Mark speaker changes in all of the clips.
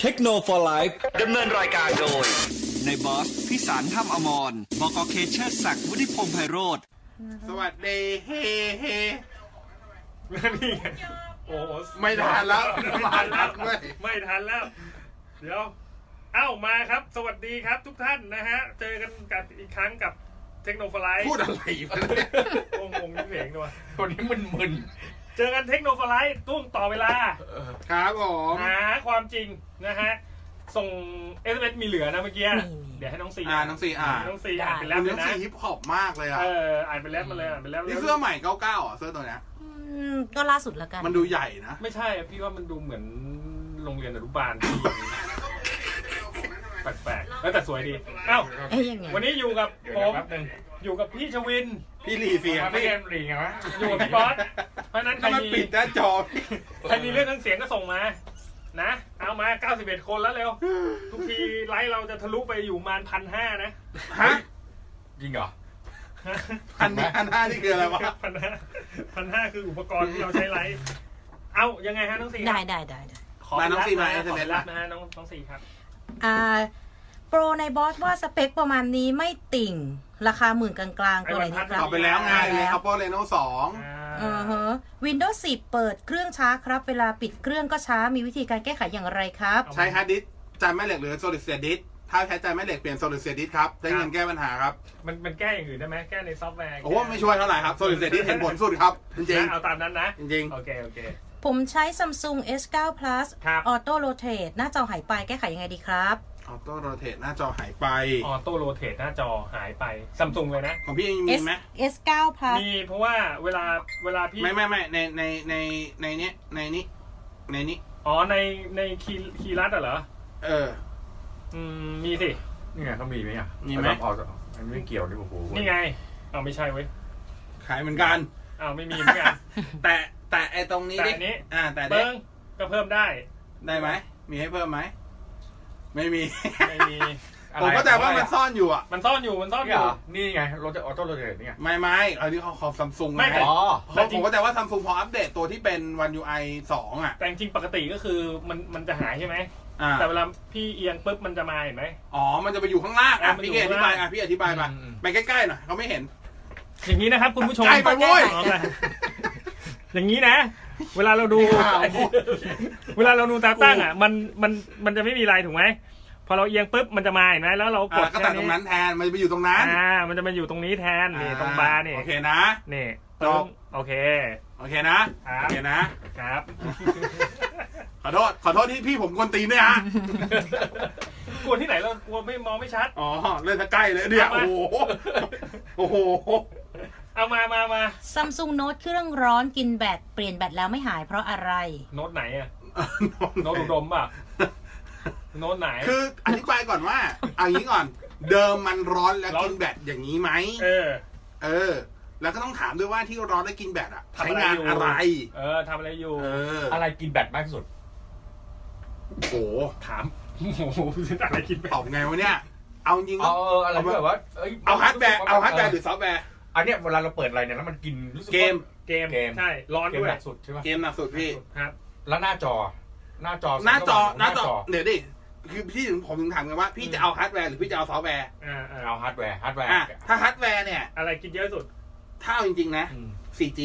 Speaker 1: เทคโนโลยี
Speaker 2: ดำเนินรายการโดย
Speaker 1: ในบอสพิสารถ้ำอมรบกเคเชอร์ศักดิ์วุฒิพงษ์ไพโรธ
Speaker 3: สวัสดีเฮเฮ
Speaker 4: นี่ไงโอ้โห
Speaker 3: ไม่ทันแล้วไม่ทันแล้วเว้ย
Speaker 4: ไม่ทันแล้ว เดี๋ยว เอ้ามาครับ สวัสดีครับทุกท่านนะฮะ เจอกันกับอีกครั้งกับเทคโนโลยี
Speaker 3: พูดอะไรอยู่เนี่ย
Speaker 4: งงๆนิดเองด้วย
Speaker 3: คนนี้มึนมึน
Speaker 4: เจอกันเทคโนโลยีตุ้งต่อเวลา
Speaker 3: ๆครับผม
Speaker 4: หาความจริงนะฮะ ส่งเอสเมีเหลือนะเมื่อกี้ เดี๋ยวให้น้องซี
Speaker 3: อ่าน้องซีอ่า
Speaker 4: ให้น้องซีอ่านไปแล้ว
Speaker 3: คุณ
Speaker 4: เล
Speaker 3: ต้
Speaker 4: ย
Speaker 3: อง
Speaker 4: นะ
Speaker 3: ซีฮิปฮอปมากเลยอ่ะ
Speaker 4: เอออ่านไปแล้วมาเลยอ่านไปแล้ว
Speaker 3: นี่เสื้อใหม่เก้าเก้าอ่ะเสื้อตัวเนี้ย
Speaker 5: อืมก็ล่าสุดแล้วกัน
Speaker 3: มันดูใหญ่นะ
Speaker 4: ไม่ใช่อะพี่ว่ามันดูเหมือนโรงเรียนอนุบาล ที่แปลกๆเออแต่สวยดีเอ้า
Speaker 5: เอ้ยยังไง
Speaker 4: วันนี้อยู่กับ
Speaker 6: เดี๋
Speaker 4: ผ
Speaker 6: ยวเดี๋ย
Speaker 4: ม
Speaker 6: วแป๊บนึง
Speaker 4: อยู่กับพี่ชวิน
Speaker 3: พี่รีเสียง
Speaker 6: มันไม่
Speaker 3: พี่
Speaker 6: เกมรีไงวะ
Speaker 4: อยู่กับพี่บอสเพราะฉะนั้นใคร
Speaker 3: ถ้ามัน
Speaker 4: มี
Speaker 3: ปิดหน้าจอพี่
Speaker 4: ใครมีเรื่องทั้งเสียงก็ส่งมา นะ เอามา 91 คนแล้วเร็ว ทุกทีไลฟ์เราจะทะลุไปอยู่ประมาณพันห้านะ
Speaker 3: ฮะ
Speaker 6: จริงเหรอ
Speaker 3: อันนี้อันหน้านี่คืออะไรวะ
Speaker 4: พัน ห้าพันห้าคืออุปกรณ์ที่เราใช้ไลฟ์เอายังไงฮะน้องสี
Speaker 5: ได้ได้ได้ได้
Speaker 4: ขอ
Speaker 3: มา
Speaker 4: ไป
Speaker 3: น้องซีมา
Speaker 4: รับ
Speaker 3: เอสเอ็
Speaker 4: นะ
Speaker 3: มเอส
Speaker 4: รั
Speaker 3: ละ
Speaker 4: บนะฮะน้องน้องสีครับ
Speaker 5: อ่าโปรในบอสว่าสเปคประมาณนี้ไม่ติ่ง ราคาหมื่นกลางๆ ตัวไหนดีค
Speaker 4: อ้
Speaker 5: รั
Speaker 4: วั
Speaker 5: บ
Speaker 3: เอา
Speaker 4: นพัด
Speaker 3: ไปแล้วไง
Speaker 5: เอาไปแล้ว
Speaker 3: เอาโปรเรโน่สอง
Speaker 4: อ่า
Speaker 5: เออฮะ Windows 10 เปิดเครื่องช้าครับ เวลาปิดเครื่องก็ช้ามีวิธีการแก้ไขอย่างไรครับ
Speaker 3: ใช้ฮาร์ดดิสก์จานแม่เหล็กหรือโซลิดเซดิสถ้าใช้จานแม่เหล็กเปลี่ยนโซลิดเซดิสครับได้เงินแก้ปัญหาครับ
Speaker 4: มันมันแก้อย่างอื่นได้ไหมแก้ในซอฟต์แวร์
Speaker 3: โอ้โหไม่ช่วยเท่าไหร่ครับโซลิดเซดิสเห็นผลสุดครับจริง
Speaker 4: นะเอาตามนั้นนะ
Speaker 3: ๆจริงๆ
Speaker 4: โอเค โอเค
Speaker 5: ผมใช้ Samsung S9 Plus
Speaker 4: ครับ
Speaker 5: Auto Rotate หน้าจอหายไปแก้ไขยังไงดีครับ
Speaker 3: ออโต้โรเตทหน้าจอหายไป
Speaker 4: ออโต้โรเตทหน้าจอหายไปซัมซุงเลยนะ
Speaker 3: ของพี่ยังมี
Speaker 5: S
Speaker 3: ไหม
Speaker 5: S9 Plus
Speaker 4: มีเพราะว่าเวลาเวลาพี่
Speaker 3: ไม่ไม่ไม่ในในในในเนี้ยในนี้ในนี้
Speaker 4: อ๋อในในคีคีรัตอะเหรอ
Speaker 3: เออ
Speaker 4: อืม มีสิ
Speaker 6: นี่ไงเขามีไหมอ่ะ
Speaker 3: มีไหม
Speaker 6: เอาเอาเอาอันไม่เกี่ยวนี่โอ้โห
Speaker 4: นี่ไงเอาไม่ใช่เว้ย
Speaker 3: ขายเหมือนกัน
Speaker 4: เอาไม่มีเหมื อนกัน
Speaker 3: แต่แต่ไอตรงนี้ดิ
Speaker 4: แต่อันนี้
Speaker 3: อ่า แต่เด็
Speaker 4: เบิ้งก็เพิ่มได้
Speaker 3: ได้ไหมมีให้เพิ่มไหมไม่มี
Speaker 4: ไม่มี
Speaker 6: อะไร
Speaker 3: ผมก็แต่ว่ามันซ่อนอยู่อ่ะ
Speaker 4: มันซ่อนอยู่มันซ่อนอ
Speaker 6: นี่เหร
Speaker 4: ยู่
Speaker 6: อนี่ไงรถจะออโต้โรเตทนี่ไง
Speaker 3: ไม่ไม่เอานี่เขาขอซัมซุง
Speaker 4: ไม่
Speaker 3: นะ
Speaker 4: แต่
Speaker 6: อ๋อ
Speaker 3: เพราะผมก็แต่ว่าซัมซุงพออัปเดตตัวที่เป็น One UI 2 อ่ะ
Speaker 4: แต่จริงๆปกติก็คือมันมันจะหายใช่ไหม
Speaker 3: อ่า
Speaker 4: แต่เวลาพี่เอียงปุ๊บมันจะมาเห็นไหม
Speaker 3: อ๋อ มันจะไปอยู่ข้างล่าง
Speaker 4: อ่ะ
Speaker 3: อ่ะ
Speaker 4: มันอยู่
Speaker 3: พี่เกอธิบายอ่ะพี่อธิบายมา
Speaker 4: อืมอืม
Speaker 3: ไปใกล้ๆหน่อยเขาไม่เห็น
Speaker 4: อย่างนี้นะครับคุณผู้ชม
Speaker 3: ใกล้ไปเว้ย
Speaker 4: อ๋อไปอย่างนี้นะ เวลาเรา ดู เวลาเราดูตาตั้งอ่ะ มันมันมันจะไม่มีลายถูกไหมพอเราเอียงปุ๊บมันจะมาเห็นไหมแล้วเรากด
Speaker 3: อ่ะก็ตัดตรงนั้นแทนมันจะไปอยู่ตรงนั้น
Speaker 4: อ่า มันจะมาอยู่ตรงนี้แทนนี่ตรงบาร์นี่
Speaker 3: โอเคนะ
Speaker 4: นี่
Speaker 3: จบ
Speaker 4: โอเค
Speaker 3: โอเคนะครับ โอเคนะ
Speaker 4: ครับ
Speaker 3: ขอโทษ ขอโทษที่พี่ผมกวนตีนเนี่ยฮะ
Speaker 4: กลัวที่ไหนเรากลัวไม่มองไม่ชัด
Speaker 3: อ๋อ เล่นซะใกล้เลยเนี่ย
Speaker 4: เอา
Speaker 3: โอ้
Speaker 4: มา
Speaker 3: โห โอ้โห
Speaker 4: เอามามามา
Speaker 5: Samsung Note เครื่องร้อนกินแบตเปลี่ยนแบตแล้วไม่หายเพราะอะไร
Speaker 4: โน้ตไหนอะโน้ตอุดมป่ะโน้ตไหน
Speaker 3: คืออธิบายก่อนว่าเอางี้ก่อน เดิมมันร้อนแล้ว
Speaker 4: ร้อน
Speaker 3: กินแบตอย่างนี้ไหม
Speaker 4: เออ
Speaker 3: เออ แล้วก็ต้องถามด้วยว่าที่ร้อนแล้วกินแบตอะ
Speaker 4: ทำ
Speaker 3: ใช้
Speaker 4: อะไร
Speaker 3: งาน
Speaker 4: อยู่
Speaker 3: อะไร
Speaker 4: เออทำอะไรอยู่
Speaker 3: เออ
Speaker 6: อะไรกินแบตมากที่สุด
Speaker 3: โอ้โห
Speaker 4: ถามโอ้โหอะไรคิดไป
Speaker 3: ตอบไงวะเนี่ย เอาจริงๆ
Speaker 6: เอาเอออะไรที่แบบว่าย
Speaker 3: เอาฮาร์ดแวร์ เอาฮาร์ดแวร์หรือซอฟต์แวร์
Speaker 6: อันเนี้ยเวลาเราเปิดอะไรเนี่ยแล้วมันกินรู้สึกว่า
Speaker 3: เกม
Speaker 4: เกม
Speaker 6: เกม
Speaker 4: ใช่ ร้อน
Speaker 6: เกม
Speaker 4: ด้วย
Speaker 6: หนักสุดใช่ป่ะ
Speaker 3: เกมหนักสุดพี่
Speaker 4: ครับ
Speaker 6: แล้วหน้าจอ หน้าจอ
Speaker 3: หน้าจอ
Speaker 6: สม
Speaker 3: หน้าจอ
Speaker 6: สม
Speaker 3: เดี๋ยวดิ คือพี่ถึงผมถึงถามไงว่าพี่จะเอาฮาร์ดแวร์หรือพี่จะเอาซอฟต์แวร์
Speaker 4: อ่าอ่า
Speaker 6: เอาฮาร์ดแวร์ ฮาร์ดแวร์
Speaker 3: อ่ะ ถ้าฮาร์ดแวร์เนี่ย
Speaker 4: อะไรกินเยอะสุด
Speaker 3: ถ้าเอาจริงๆนะ
Speaker 6: อืม
Speaker 3: 4G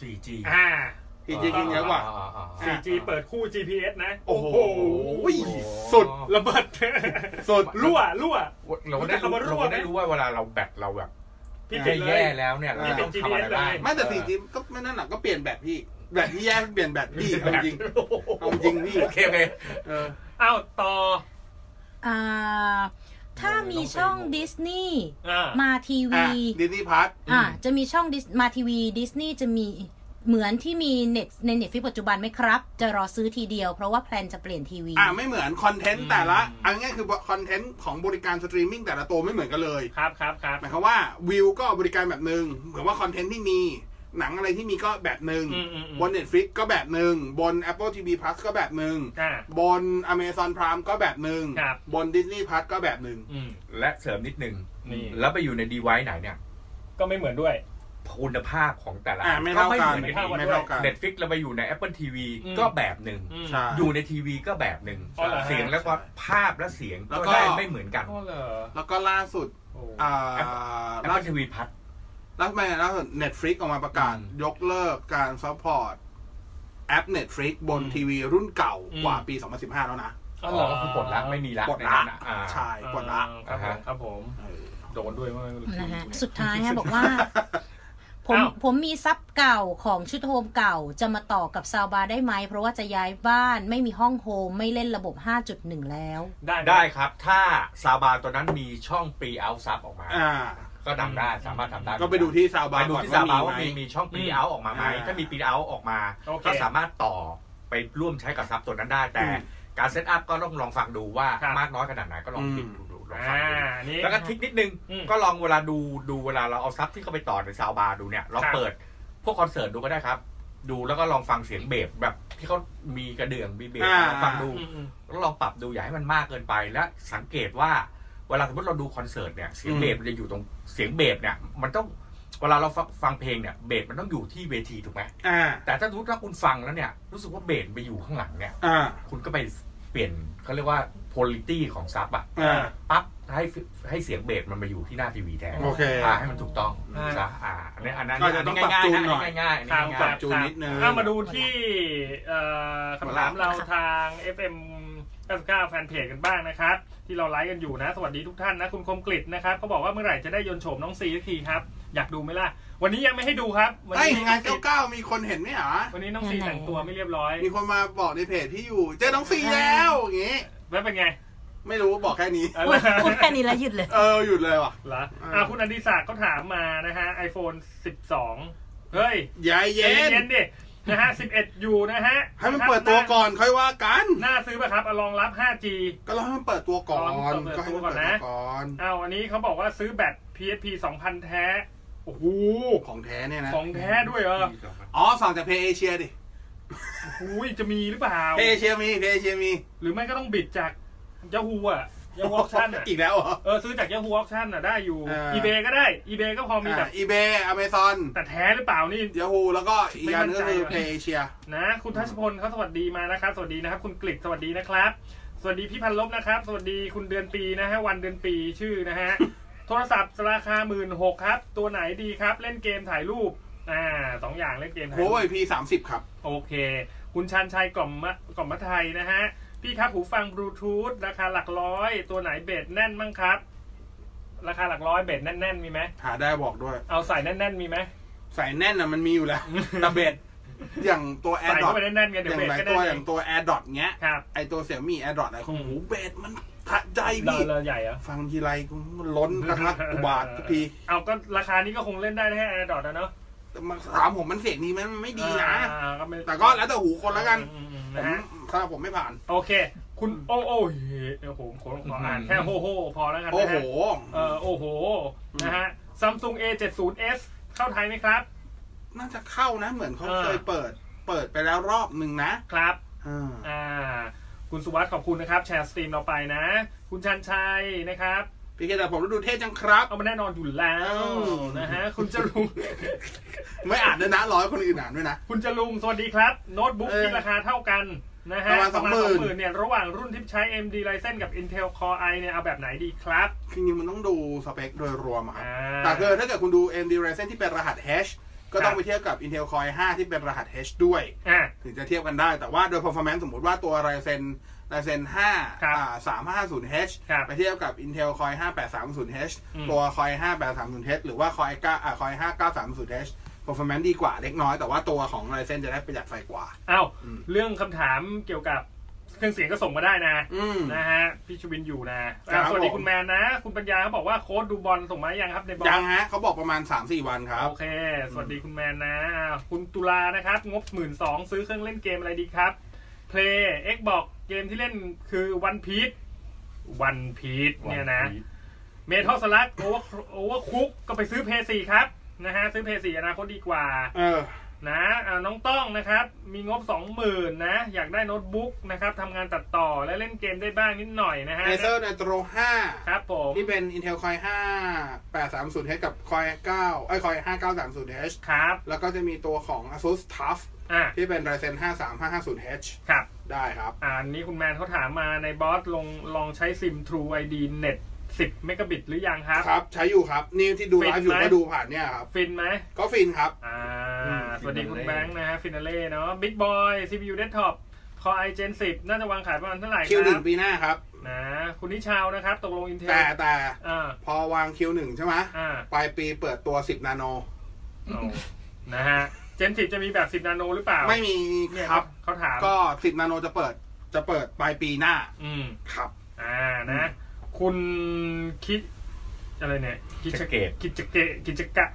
Speaker 6: 4G
Speaker 4: อ่า
Speaker 3: 4G กินเยอะกว่า
Speaker 6: าอ่าอ่า
Speaker 4: 4G เปิดคู่ GPS นะ
Speaker 3: โอ้โหสุ
Speaker 6: สุ
Speaker 3: ด
Speaker 6: ด
Speaker 4: ระเบิด
Speaker 3: สุด
Speaker 4: รั่วรั่ว
Speaker 6: เราก็ได้รู้
Speaker 4: มันจะ
Speaker 6: เรา
Speaker 4: เข้ามาร่วม
Speaker 6: ก็ได้
Speaker 4: นะ
Speaker 6: รู้ว่าเวลาเราแบตเราแบบ
Speaker 4: พี่
Speaker 6: จะ
Speaker 4: ติดเล
Speaker 6: แย่
Speaker 4: ย
Speaker 6: แล้วเนี่ยเรา
Speaker 3: นี่เป็
Speaker 6: ต้
Speaker 3: น
Speaker 6: องทำอะไรบ้าง
Speaker 4: GPS
Speaker 3: ไม่แต่ 4G ก็ไม่นั่นหรอกก็เปลี่ยนแบบพี่ แบบที่แย่ก็เปลี่ยนแบบพี่เอาจริง เอาจริงพี่
Speaker 6: โอเคโอเค
Speaker 3: เออ
Speaker 4: อ้าวต่อ
Speaker 5: อ่า ถ้ามีช่อง
Speaker 6: ต้องไปดู
Speaker 5: ดิสนีย์
Speaker 4: อ่า
Speaker 5: มาที
Speaker 3: อ่ะ
Speaker 5: วี
Speaker 3: ดิสนีย์พาร์ท
Speaker 5: อ่าจะมีช่อง Dis- มาทีวีดิสนีย์จะมีเหมือนที่มีเน็ตในเน็ตฟิปัจจุบันไหมครับ จะรอซื้อทีเดียวเพราะว่าแพลนจะเปลี่ยนทีวี
Speaker 3: อ่ะไม่เหมือนคอนเทนต์แต่ละเอันง่ายๆคือคอนเทนต์ของบริการสตรีมมิ่งแต่ละตัวไม่เหมือนกันเลย
Speaker 4: ครับครับครับ
Speaker 3: หมายความว่าวิวก็บริการแบบหนึ่งเหมือนว่าคอนเทนต์ที่มี หนังอะไรที่มีก็แบบหนึ่ง
Speaker 4: อืมอืมอืม
Speaker 3: บน Netflix ก็แบบหนึ่งบน Apple TV Plus ก็แบบหนึ่ง
Speaker 4: อ่า
Speaker 3: บน Amazon Prime ก็แบบหนึ่ง
Speaker 4: ครับ
Speaker 3: บน Disney Plus ก็แบบหนึ่ง
Speaker 4: อืม
Speaker 6: และเสริมนิดนึง
Speaker 4: นี่
Speaker 6: แล้วไปอยู่ในดีไว c ์ไหนเนี่ย
Speaker 4: ก็ไม่เหมือนด้วย
Speaker 6: คุณภาพของแต่ละ
Speaker 3: อ่าไม่เท่ากัน
Speaker 6: ไม่
Speaker 4: เท่ากัน
Speaker 3: ไม่เท่ากัน
Speaker 6: เน็ตฟิกเราไปอยู่ใน Apple TV
Speaker 4: อืม
Speaker 6: ก็แบบหนึ่ง
Speaker 4: อืม
Speaker 3: ใช่
Speaker 6: อยู่ในทีวีก็แบบหนึ่ง
Speaker 4: อ๋อเหรอฮะ
Speaker 6: เสียงและความภาพและเสียง
Speaker 3: แล้วก็
Speaker 6: ก็ได้ไม่เหมือนกัน
Speaker 4: อ๋อเหรอ
Speaker 3: แล้วก็ล่าสุด
Speaker 4: โอ้
Speaker 3: อ่า
Speaker 6: แอป
Speaker 3: ล่า
Speaker 6: เปิลทีวีพัด
Speaker 3: ล่าสุดไม่ล่าสุด Netflix ออกมาประกาศ
Speaker 6: อืม
Speaker 3: ยกเลิกการซัพพอร์ตแอป Netflix บนทีวีรุ่นเก่ากว่าปี 2015 แล้วนะ
Speaker 4: อ๋อเหรอ
Speaker 6: ก็คือปลดละไม่มีละ
Speaker 3: ปลด
Speaker 6: ใน
Speaker 3: ละ
Speaker 6: นั้นอ่า
Speaker 3: ใช่ปลดละ
Speaker 4: ครับผม
Speaker 6: อ่าฮะ
Speaker 4: ครับผม
Speaker 3: เออ
Speaker 4: โดนด้วยมั้ง
Speaker 5: นะฮะสุดท้ายฮะบอก ว่า ผม
Speaker 4: อ้าว
Speaker 5: ผมมีซับเก่าของชุดโฮมเก่าจะมาต่อกับซาวบาร์ได้ไหม เพราะว่าจะย้ายบ้านไม่มีห้องโฮมไม่เล่นระบบ 5.1 แล้ว
Speaker 4: ได้
Speaker 6: ได้ครับ ถ้าซาบาตัวนั้นมีช่องปีเอาซับออกมา
Speaker 3: อ่า
Speaker 6: ก็ดังได้สามารถทำได้
Speaker 3: ก็ไปดูที่ซาวบา
Speaker 6: ไป
Speaker 3: ร์
Speaker 6: ดู
Speaker 3: ก่อน
Speaker 6: ที่
Speaker 3: ว่า
Speaker 6: ซาบา
Speaker 3: มี
Speaker 6: ว่า
Speaker 3: ไหม
Speaker 6: มีมีช่องปีเอาออกมาไหม
Speaker 3: อ่า
Speaker 6: ถ้ามีปีเอาออกมา
Speaker 4: โอเค
Speaker 6: ก็สามารถต่อไปร่วมใช้กับซับตัวนั้นได้ แต่
Speaker 3: อืม
Speaker 6: การเซตอัพก็ต้องลองฟังดูว่า
Speaker 4: ครับ
Speaker 6: มากน้อยขนาดไหนก็ลองปิด
Speaker 3: อืม
Speaker 6: ดูลอง
Speaker 4: อ่า
Speaker 6: ฟังดู
Speaker 4: นี่
Speaker 6: แล้วก็ทริกนิดนึง
Speaker 4: อืม
Speaker 6: ก็ลองเวลาดูดูเวลาเราเอาซับที่เข้าไปต่อในซาวบาร์ดูเนี่ย เรา
Speaker 4: ครับ
Speaker 6: เปิดพวกคอนเสิร์ตดูก็ได้ครับ ดูแล้วก็ลองฟังเสียงเบสแบบที่เขามีกระเดื่องมีเบส
Speaker 3: อ่า
Speaker 6: ลองฟังดูแล้วลองปรับดูอย่าให้มันมากเกินไปและสังเกตว่าเวลาสมมติเราดูคอนเสิร์ตเนี่ยเสียงเบสมันจะอยู่ตรงเสียงเบสเนี่ย มันต้องเวลาเราฟังฟังเพลงเนี่ยเบสมันต้องอยู่ที่เวทีถูกไหม
Speaker 3: อ่า
Speaker 6: แต่ถ้าสมมติว่าคุณฟังแล้วเนี่ยรู้สึกว่าเบสไปอยู่ข้างหลังเนี่ย
Speaker 3: อ่า
Speaker 6: คุณก็ไปเปลี่ยนเขาเรียกว่า quality ของซับอะ
Speaker 3: อ่า
Speaker 6: ปั๊บให้ให้เสียงเบสมันมาอยู่ที่หน้าทีวีแทน
Speaker 3: โอเค
Speaker 6: อ่าให้มันถูกต้อง
Speaker 4: อ่า
Speaker 6: ซะอ่าอันนี้อันนั้น
Speaker 3: ก็จะต้องปรับ
Speaker 6: ง่าย
Speaker 3: จูน
Speaker 6: ๆ
Speaker 3: หน่อย
Speaker 6: อัง่ายๆอัน
Speaker 4: ทาง
Speaker 6: นี้
Speaker 4: ปรั
Speaker 6: ง่า
Speaker 4: บ
Speaker 6: ย
Speaker 3: จูนนิดนึง
Speaker 4: เอามาดูที่เอ่อคำถามเราทาง FM 99แฟนเพจกันบ้างนะครับ ที่เราไลฟ์กันอยู่นะ สวัสดีทุกท่านนะ คุณคมกริตนะครับเขาบอกว่าเมื่อไหร่จะได้ยนต์โฉมน้องซีสักทีครับ อยากดูไหมล่ะ วันนี้ยังไม่ให้ดูครับ วั
Speaker 3: ไอ้ย
Speaker 4: นี้
Speaker 3: งานเก้ามีคนเห็นไหมหรอ
Speaker 4: วันนี้น้องซีแต่งตัวไม่เรียบร้อย
Speaker 3: มีคนมาบอกในเพจที่อยู่ เจอน้องซีแล้วอย่างงี้
Speaker 4: แล้วเป็นไง
Speaker 3: ไม่รู้บอกแค่นี้
Speaker 4: เอา
Speaker 5: พูด
Speaker 4: ล่ะ
Speaker 5: พูดแค่นี้แล้วหยุดเลย
Speaker 3: เออหยุดเลยว่ะ
Speaker 4: เหรออ่าคุณอดิศักดิ์เขาถามมานะฮะ iPhone 12 เฮ้ย
Speaker 3: ยาย
Speaker 4: ใจ
Speaker 3: เย็น
Speaker 4: เย็นดินะฮะ 11 อยู่นะฮะ
Speaker 3: ให้มันเปิดตัวก่อนค่อยว่ากัน
Speaker 4: น่าซื้อป่ะครับเอารองรับ 5G
Speaker 3: ก็รอให้มันเปิดตัวก่อน ก็ให้มันเปิดตัวก่อน
Speaker 4: เอาอันนี้เขาบอกว่าซื้อแบต PSP 2000 แท้ โอ้โห
Speaker 3: ของแท้เนี่ยนะ
Speaker 4: ของแท้ด้วยเหรอ
Speaker 3: อ๋อสั่งจากเพจเอเชียดิ
Speaker 4: โอ้ยจะมีหรือเปล่า
Speaker 3: เพจเอเชียมีเพจเอเชียมี
Speaker 4: หรือไม่ก็ต้องบิดจากยาฮูอ่ะยาฮูออค ชั่นอ่ะ
Speaker 3: อีกแล้วเหรอ
Speaker 4: เออ ซื้อจากยาฮูออคชั่นอ่ะ ได้อยู่
Speaker 3: เออ
Speaker 4: อีเบก็ได้ อีเบก็พอมีแบบ
Speaker 3: อีเบย์อเมซอน
Speaker 4: แต่แท้หรือเปล่านี่
Speaker 3: ยาฮูแล้วก็อีกอันนึงก็คือเพจเอเชีย
Speaker 4: นะ คุณทัชพลเขาสวัสดีมานะครับ สวัสดีนะครับ คุณกลิกสวัสดีนะครับ สวัสดีพี่พันลบนะครับ สวัสดีคุณเดือนปีนะฮะ วันเดือนปีชื่อนะฮะ โทรศัพท์ราคาหมื่นหกครับ ตัวไหนดีครับ เล่นเกมถ่ายรูป อ่าสองอย่างเล่นเกมถ่าย
Speaker 3: หัว
Speaker 4: รูป
Speaker 3: ไวพีสามสิบครับ
Speaker 4: โอเค คุณชันชัยกล่อมมะกล่อมมะไทยนะฮะ พี่ครับหูฟังบลูทูธราคาหลักร้อย ตัวไหนเบสแน่นมั้งครับ ราคาหลักร้อยเบสแน่นๆมีไหม
Speaker 3: หาได้บอกด้วย
Speaker 4: เอาใส่แน่นๆมีไหม
Speaker 3: ใส่แน่นนะมันมี อยู่แล้วแต่เบ็ดอย่างตัวแอ
Speaker 4: ใส่
Speaker 3: ร์ดอ
Speaker 4: เข้า
Speaker 3: ท
Speaker 4: ไปแน่นๆกั
Speaker 3: อ
Speaker 4: นเดี๋ยว
Speaker 3: ย่าง
Speaker 4: เบ
Speaker 3: หลาย
Speaker 4: สก็
Speaker 3: ตัว
Speaker 4: แน่น
Speaker 3: อ
Speaker 4: เอย่าง
Speaker 3: งตัวแอร์ดอทเงี้ย
Speaker 4: ครับ
Speaker 3: ไอตัวเสี่ยมี่แอร์ดอทอะไรของหูเบ็ดมันขัดใจ
Speaker 4: เรา
Speaker 3: พี่
Speaker 4: เราใหญ่เหรอ
Speaker 3: ฟังทีไรกูมันล้นก ระทะอุบาททุกที
Speaker 4: เอาก็ราคานี้ก็คงเล่นได้แค่แอร์ดอทนะเนาะ
Speaker 3: แต่มาถามผมมันเสียงดีไหมมันไม่ดีนะ
Speaker 4: อ่าก็ไม่
Speaker 3: แต่ก็แล้วแต่หูคนแล้วกัน
Speaker 4: อืม
Speaker 3: ผ
Speaker 4: ๆนะ
Speaker 3: ม
Speaker 4: ฮะ
Speaker 3: สำหรับผมไม่ผ่าน
Speaker 4: โอเค คุณโอโอเฮโอ้โหขอขออ่านแค่โฮโฮพอแล้วกันนะฮะ
Speaker 3: โอ้โห
Speaker 4: เออโอ้โห นะฮะ Samsung A70s เข้าไทยไหมครับ
Speaker 3: น่าจะเข้านะ เหมือนเขา
Speaker 4: เออ
Speaker 3: เคยเปิด เปิดไปแล้วรอบหนึ่งนะครับ เออ
Speaker 4: อ่า คุณสุวัสด์ขอบคุณนะครับ แชร์สตรีมเราไปนะ คุณชันชัยนะครับ
Speaker 3: พี่เกดแต่ผมดูเท่จังครับ
Speaker 4: เอามาแน่นอนอยู่แล้วนะฮะ คุณจรุง
Speaker 3: ไม่อ่านด้วยนะร้อยคนอื่นอ่านด้วยนะ
Speaker 4: คุณจรุง สวัสดีครับ โน้ตบุ๊ก
Speaker 3: เออ
Speaker 4: ที่ราคาเท่ากันนะฮะ
Speaker 3: ประมาณ20,000
Speaker 4: 20,000เนี่ย ระหว่างรุ่นที่ใช้ AMD Ryzen กับ Intel Core i เนี่ย เอาแบบไหนดีครับ
Speaker 3: จริงๆมันต้องดูสเปคโดยรวมอะครับ
Speaker 4: อ่า
Speaker 3: แต่คือถ้าเกิดคุณดู AMD Ryzen ที่เป็นรหัส H ก็ต้อ
Speaker 4: ครั
Speaker 3: ง
Speaker 4: บ
Speaker 3: ไปเทียบกับ Intel Core i 5 ที่เป็นรหัส H ด้วย
Speaker 4: อ่า
Speaker 3: ถึงจะเทียบกันได้ แต่ว่าโดย performance สมมติว่าตัว Ryzen Ryzen 5
Speaker 4: ครับ
Speaker 3: อ่า 3550H
Speaker 4: ครับ
Speaker 3: ไปเทียบกับ Intel Core i 5830H
Speaker 4: อืม
Speaker 3: ตัว Core i 5830H หรือว่า Core i 9อ่า Core i 5930H performance ดีกว่าเล็กน้อย แต่ว่าตัวของ Ryzen จะได้ประหยัดไฟกว่า
Speaker 4: เอา
Speaker 3: อืม
Speaker 4: เรื่องคำถามเกี่ยวกับเครื่องเสียงก็ส่งมาได้นะ
Speaker 3: อืม
Speaker 4: นะฮะ พี่ชวินอยู่นะ
Speaker 3: ครั
Speaker 4: อ่ะ
Speaker 3: บ
Speaker 4: สวัสดี
Speaker 3: ผม
Speaker 4: คุณแมนนะ คุณปัญญาเขาบอกว่าโค้ดดูบอลส่งมายังครับในบอล
Speaker 3: ยังฮะเขาบอกประมาณ 3-4 วันครับ
Speaker 4: โอเค สวัสดีคุณแมนนะอ่ะคุณตุลานะครับ งบหมื่นสองซื้อเครื่องเล่นเกมอะไรดีครับ เพลย์เอ็กบอกเกมที่เล่นคือวันพีทวันพีทเนี่ยนะ เมทัลสลักโอเวอร์โอเวอร์คุกก็ไปซื้อเพย์สี่ครับ นะฮะ ซื้อเพย์สี่อนาคตดีกว่า
Speaker 3: เออ
Speaker 4: นะอ่าน้องต้องนะครับ มีงบสองหมื่นนะ อยากได้โน้ตบุ๊กนะครับทำงานตัดต่อและเล่นเกมได้บ้างนิดหน่อยนะฮะ
Speaker 3: เอเซอร์ไนโตร
Speaker 4: ค
Speaker 3: 5
Speaker 4: รับผม
Speaker 3: นี่เป็น Intel Core i 5 830H กับ Core i 9เอ้ย Core i 5930H
Speaker 4: ครับ
Speaker 3: แล้วก็จะมีตัวของ ASUS TUF
Speaker 4: อ่ะ
Speaker 3: ที่เป็น Ryzen 53550H
Speaker 4: ครับ
Speaker 3: ได้ครับ
Speaker 4: อ่าอันนี้คุณแมนเขาถามมาในบอสลองลองใช้ซิม True ID เน็ต10เมกะบิตหรือยังครับ
Speaker 3: ครับ ใช้อยู่ครับ นี่ที่ดู
Speaker 4: ฟิ
Speaker 3: ไล
Speaker 4: น
Speaker 3: ฟ์อยู่
Speaker 4: ไหม
Speaker 3: ก็ดูผ่านเนี่ยครับ
Speaker 4: ฟินไหม
Speaker 3: ก็ฟินครับ
Speaker 4: อ่า
Speaker 6: อืม
Speaker 4: สวัสดีคุณ
Speaker 6: Finale
Speaker 4: แบงค์นะฮะ ฟินาเล่เนาะบิ๊กบอย CPU Desktop Core i Gen 10 น่าจะวางขายประมาณเท่าไหร่ค
Speaker 3: คิวห
Speaker 4: รั
Speaker 3: นึ่ง
Speaker 4: บ
Speaker 3: ปีหน้าครับ
Speaker 4: นะคุณนิชาวนะครับ ตกลง Intel
Speaker 3: แต่แต่
Speaker 4: อ่า
Speaker 3: พอวางคิวหนึ่งใช่ไหม
Speaker 4: อ่า
Speaker 3: ปลายปีเปิดตัว 10 นาโน
Speaker 4: เอานะฮะ Gen 10 จะมีแบบ 10 นาโนหรือเปล่า
Speaker 3: ไม่มี
Speaker 4: เนี่ย
Speaker 3: ครับ
Speaker 4: เขาถาม
Speaker 3: ก็ 10 นาโนจะเปิด จะเปิดปลายปีหน้า
Speaker 4: อืม
Speaker 3: ครับ
Speaker 4: อ่านะ คุณคิด อะไรเนี่ยคิดจะ
Speaker 6: เกต
Speaker 4: กิจเกะกิจกะ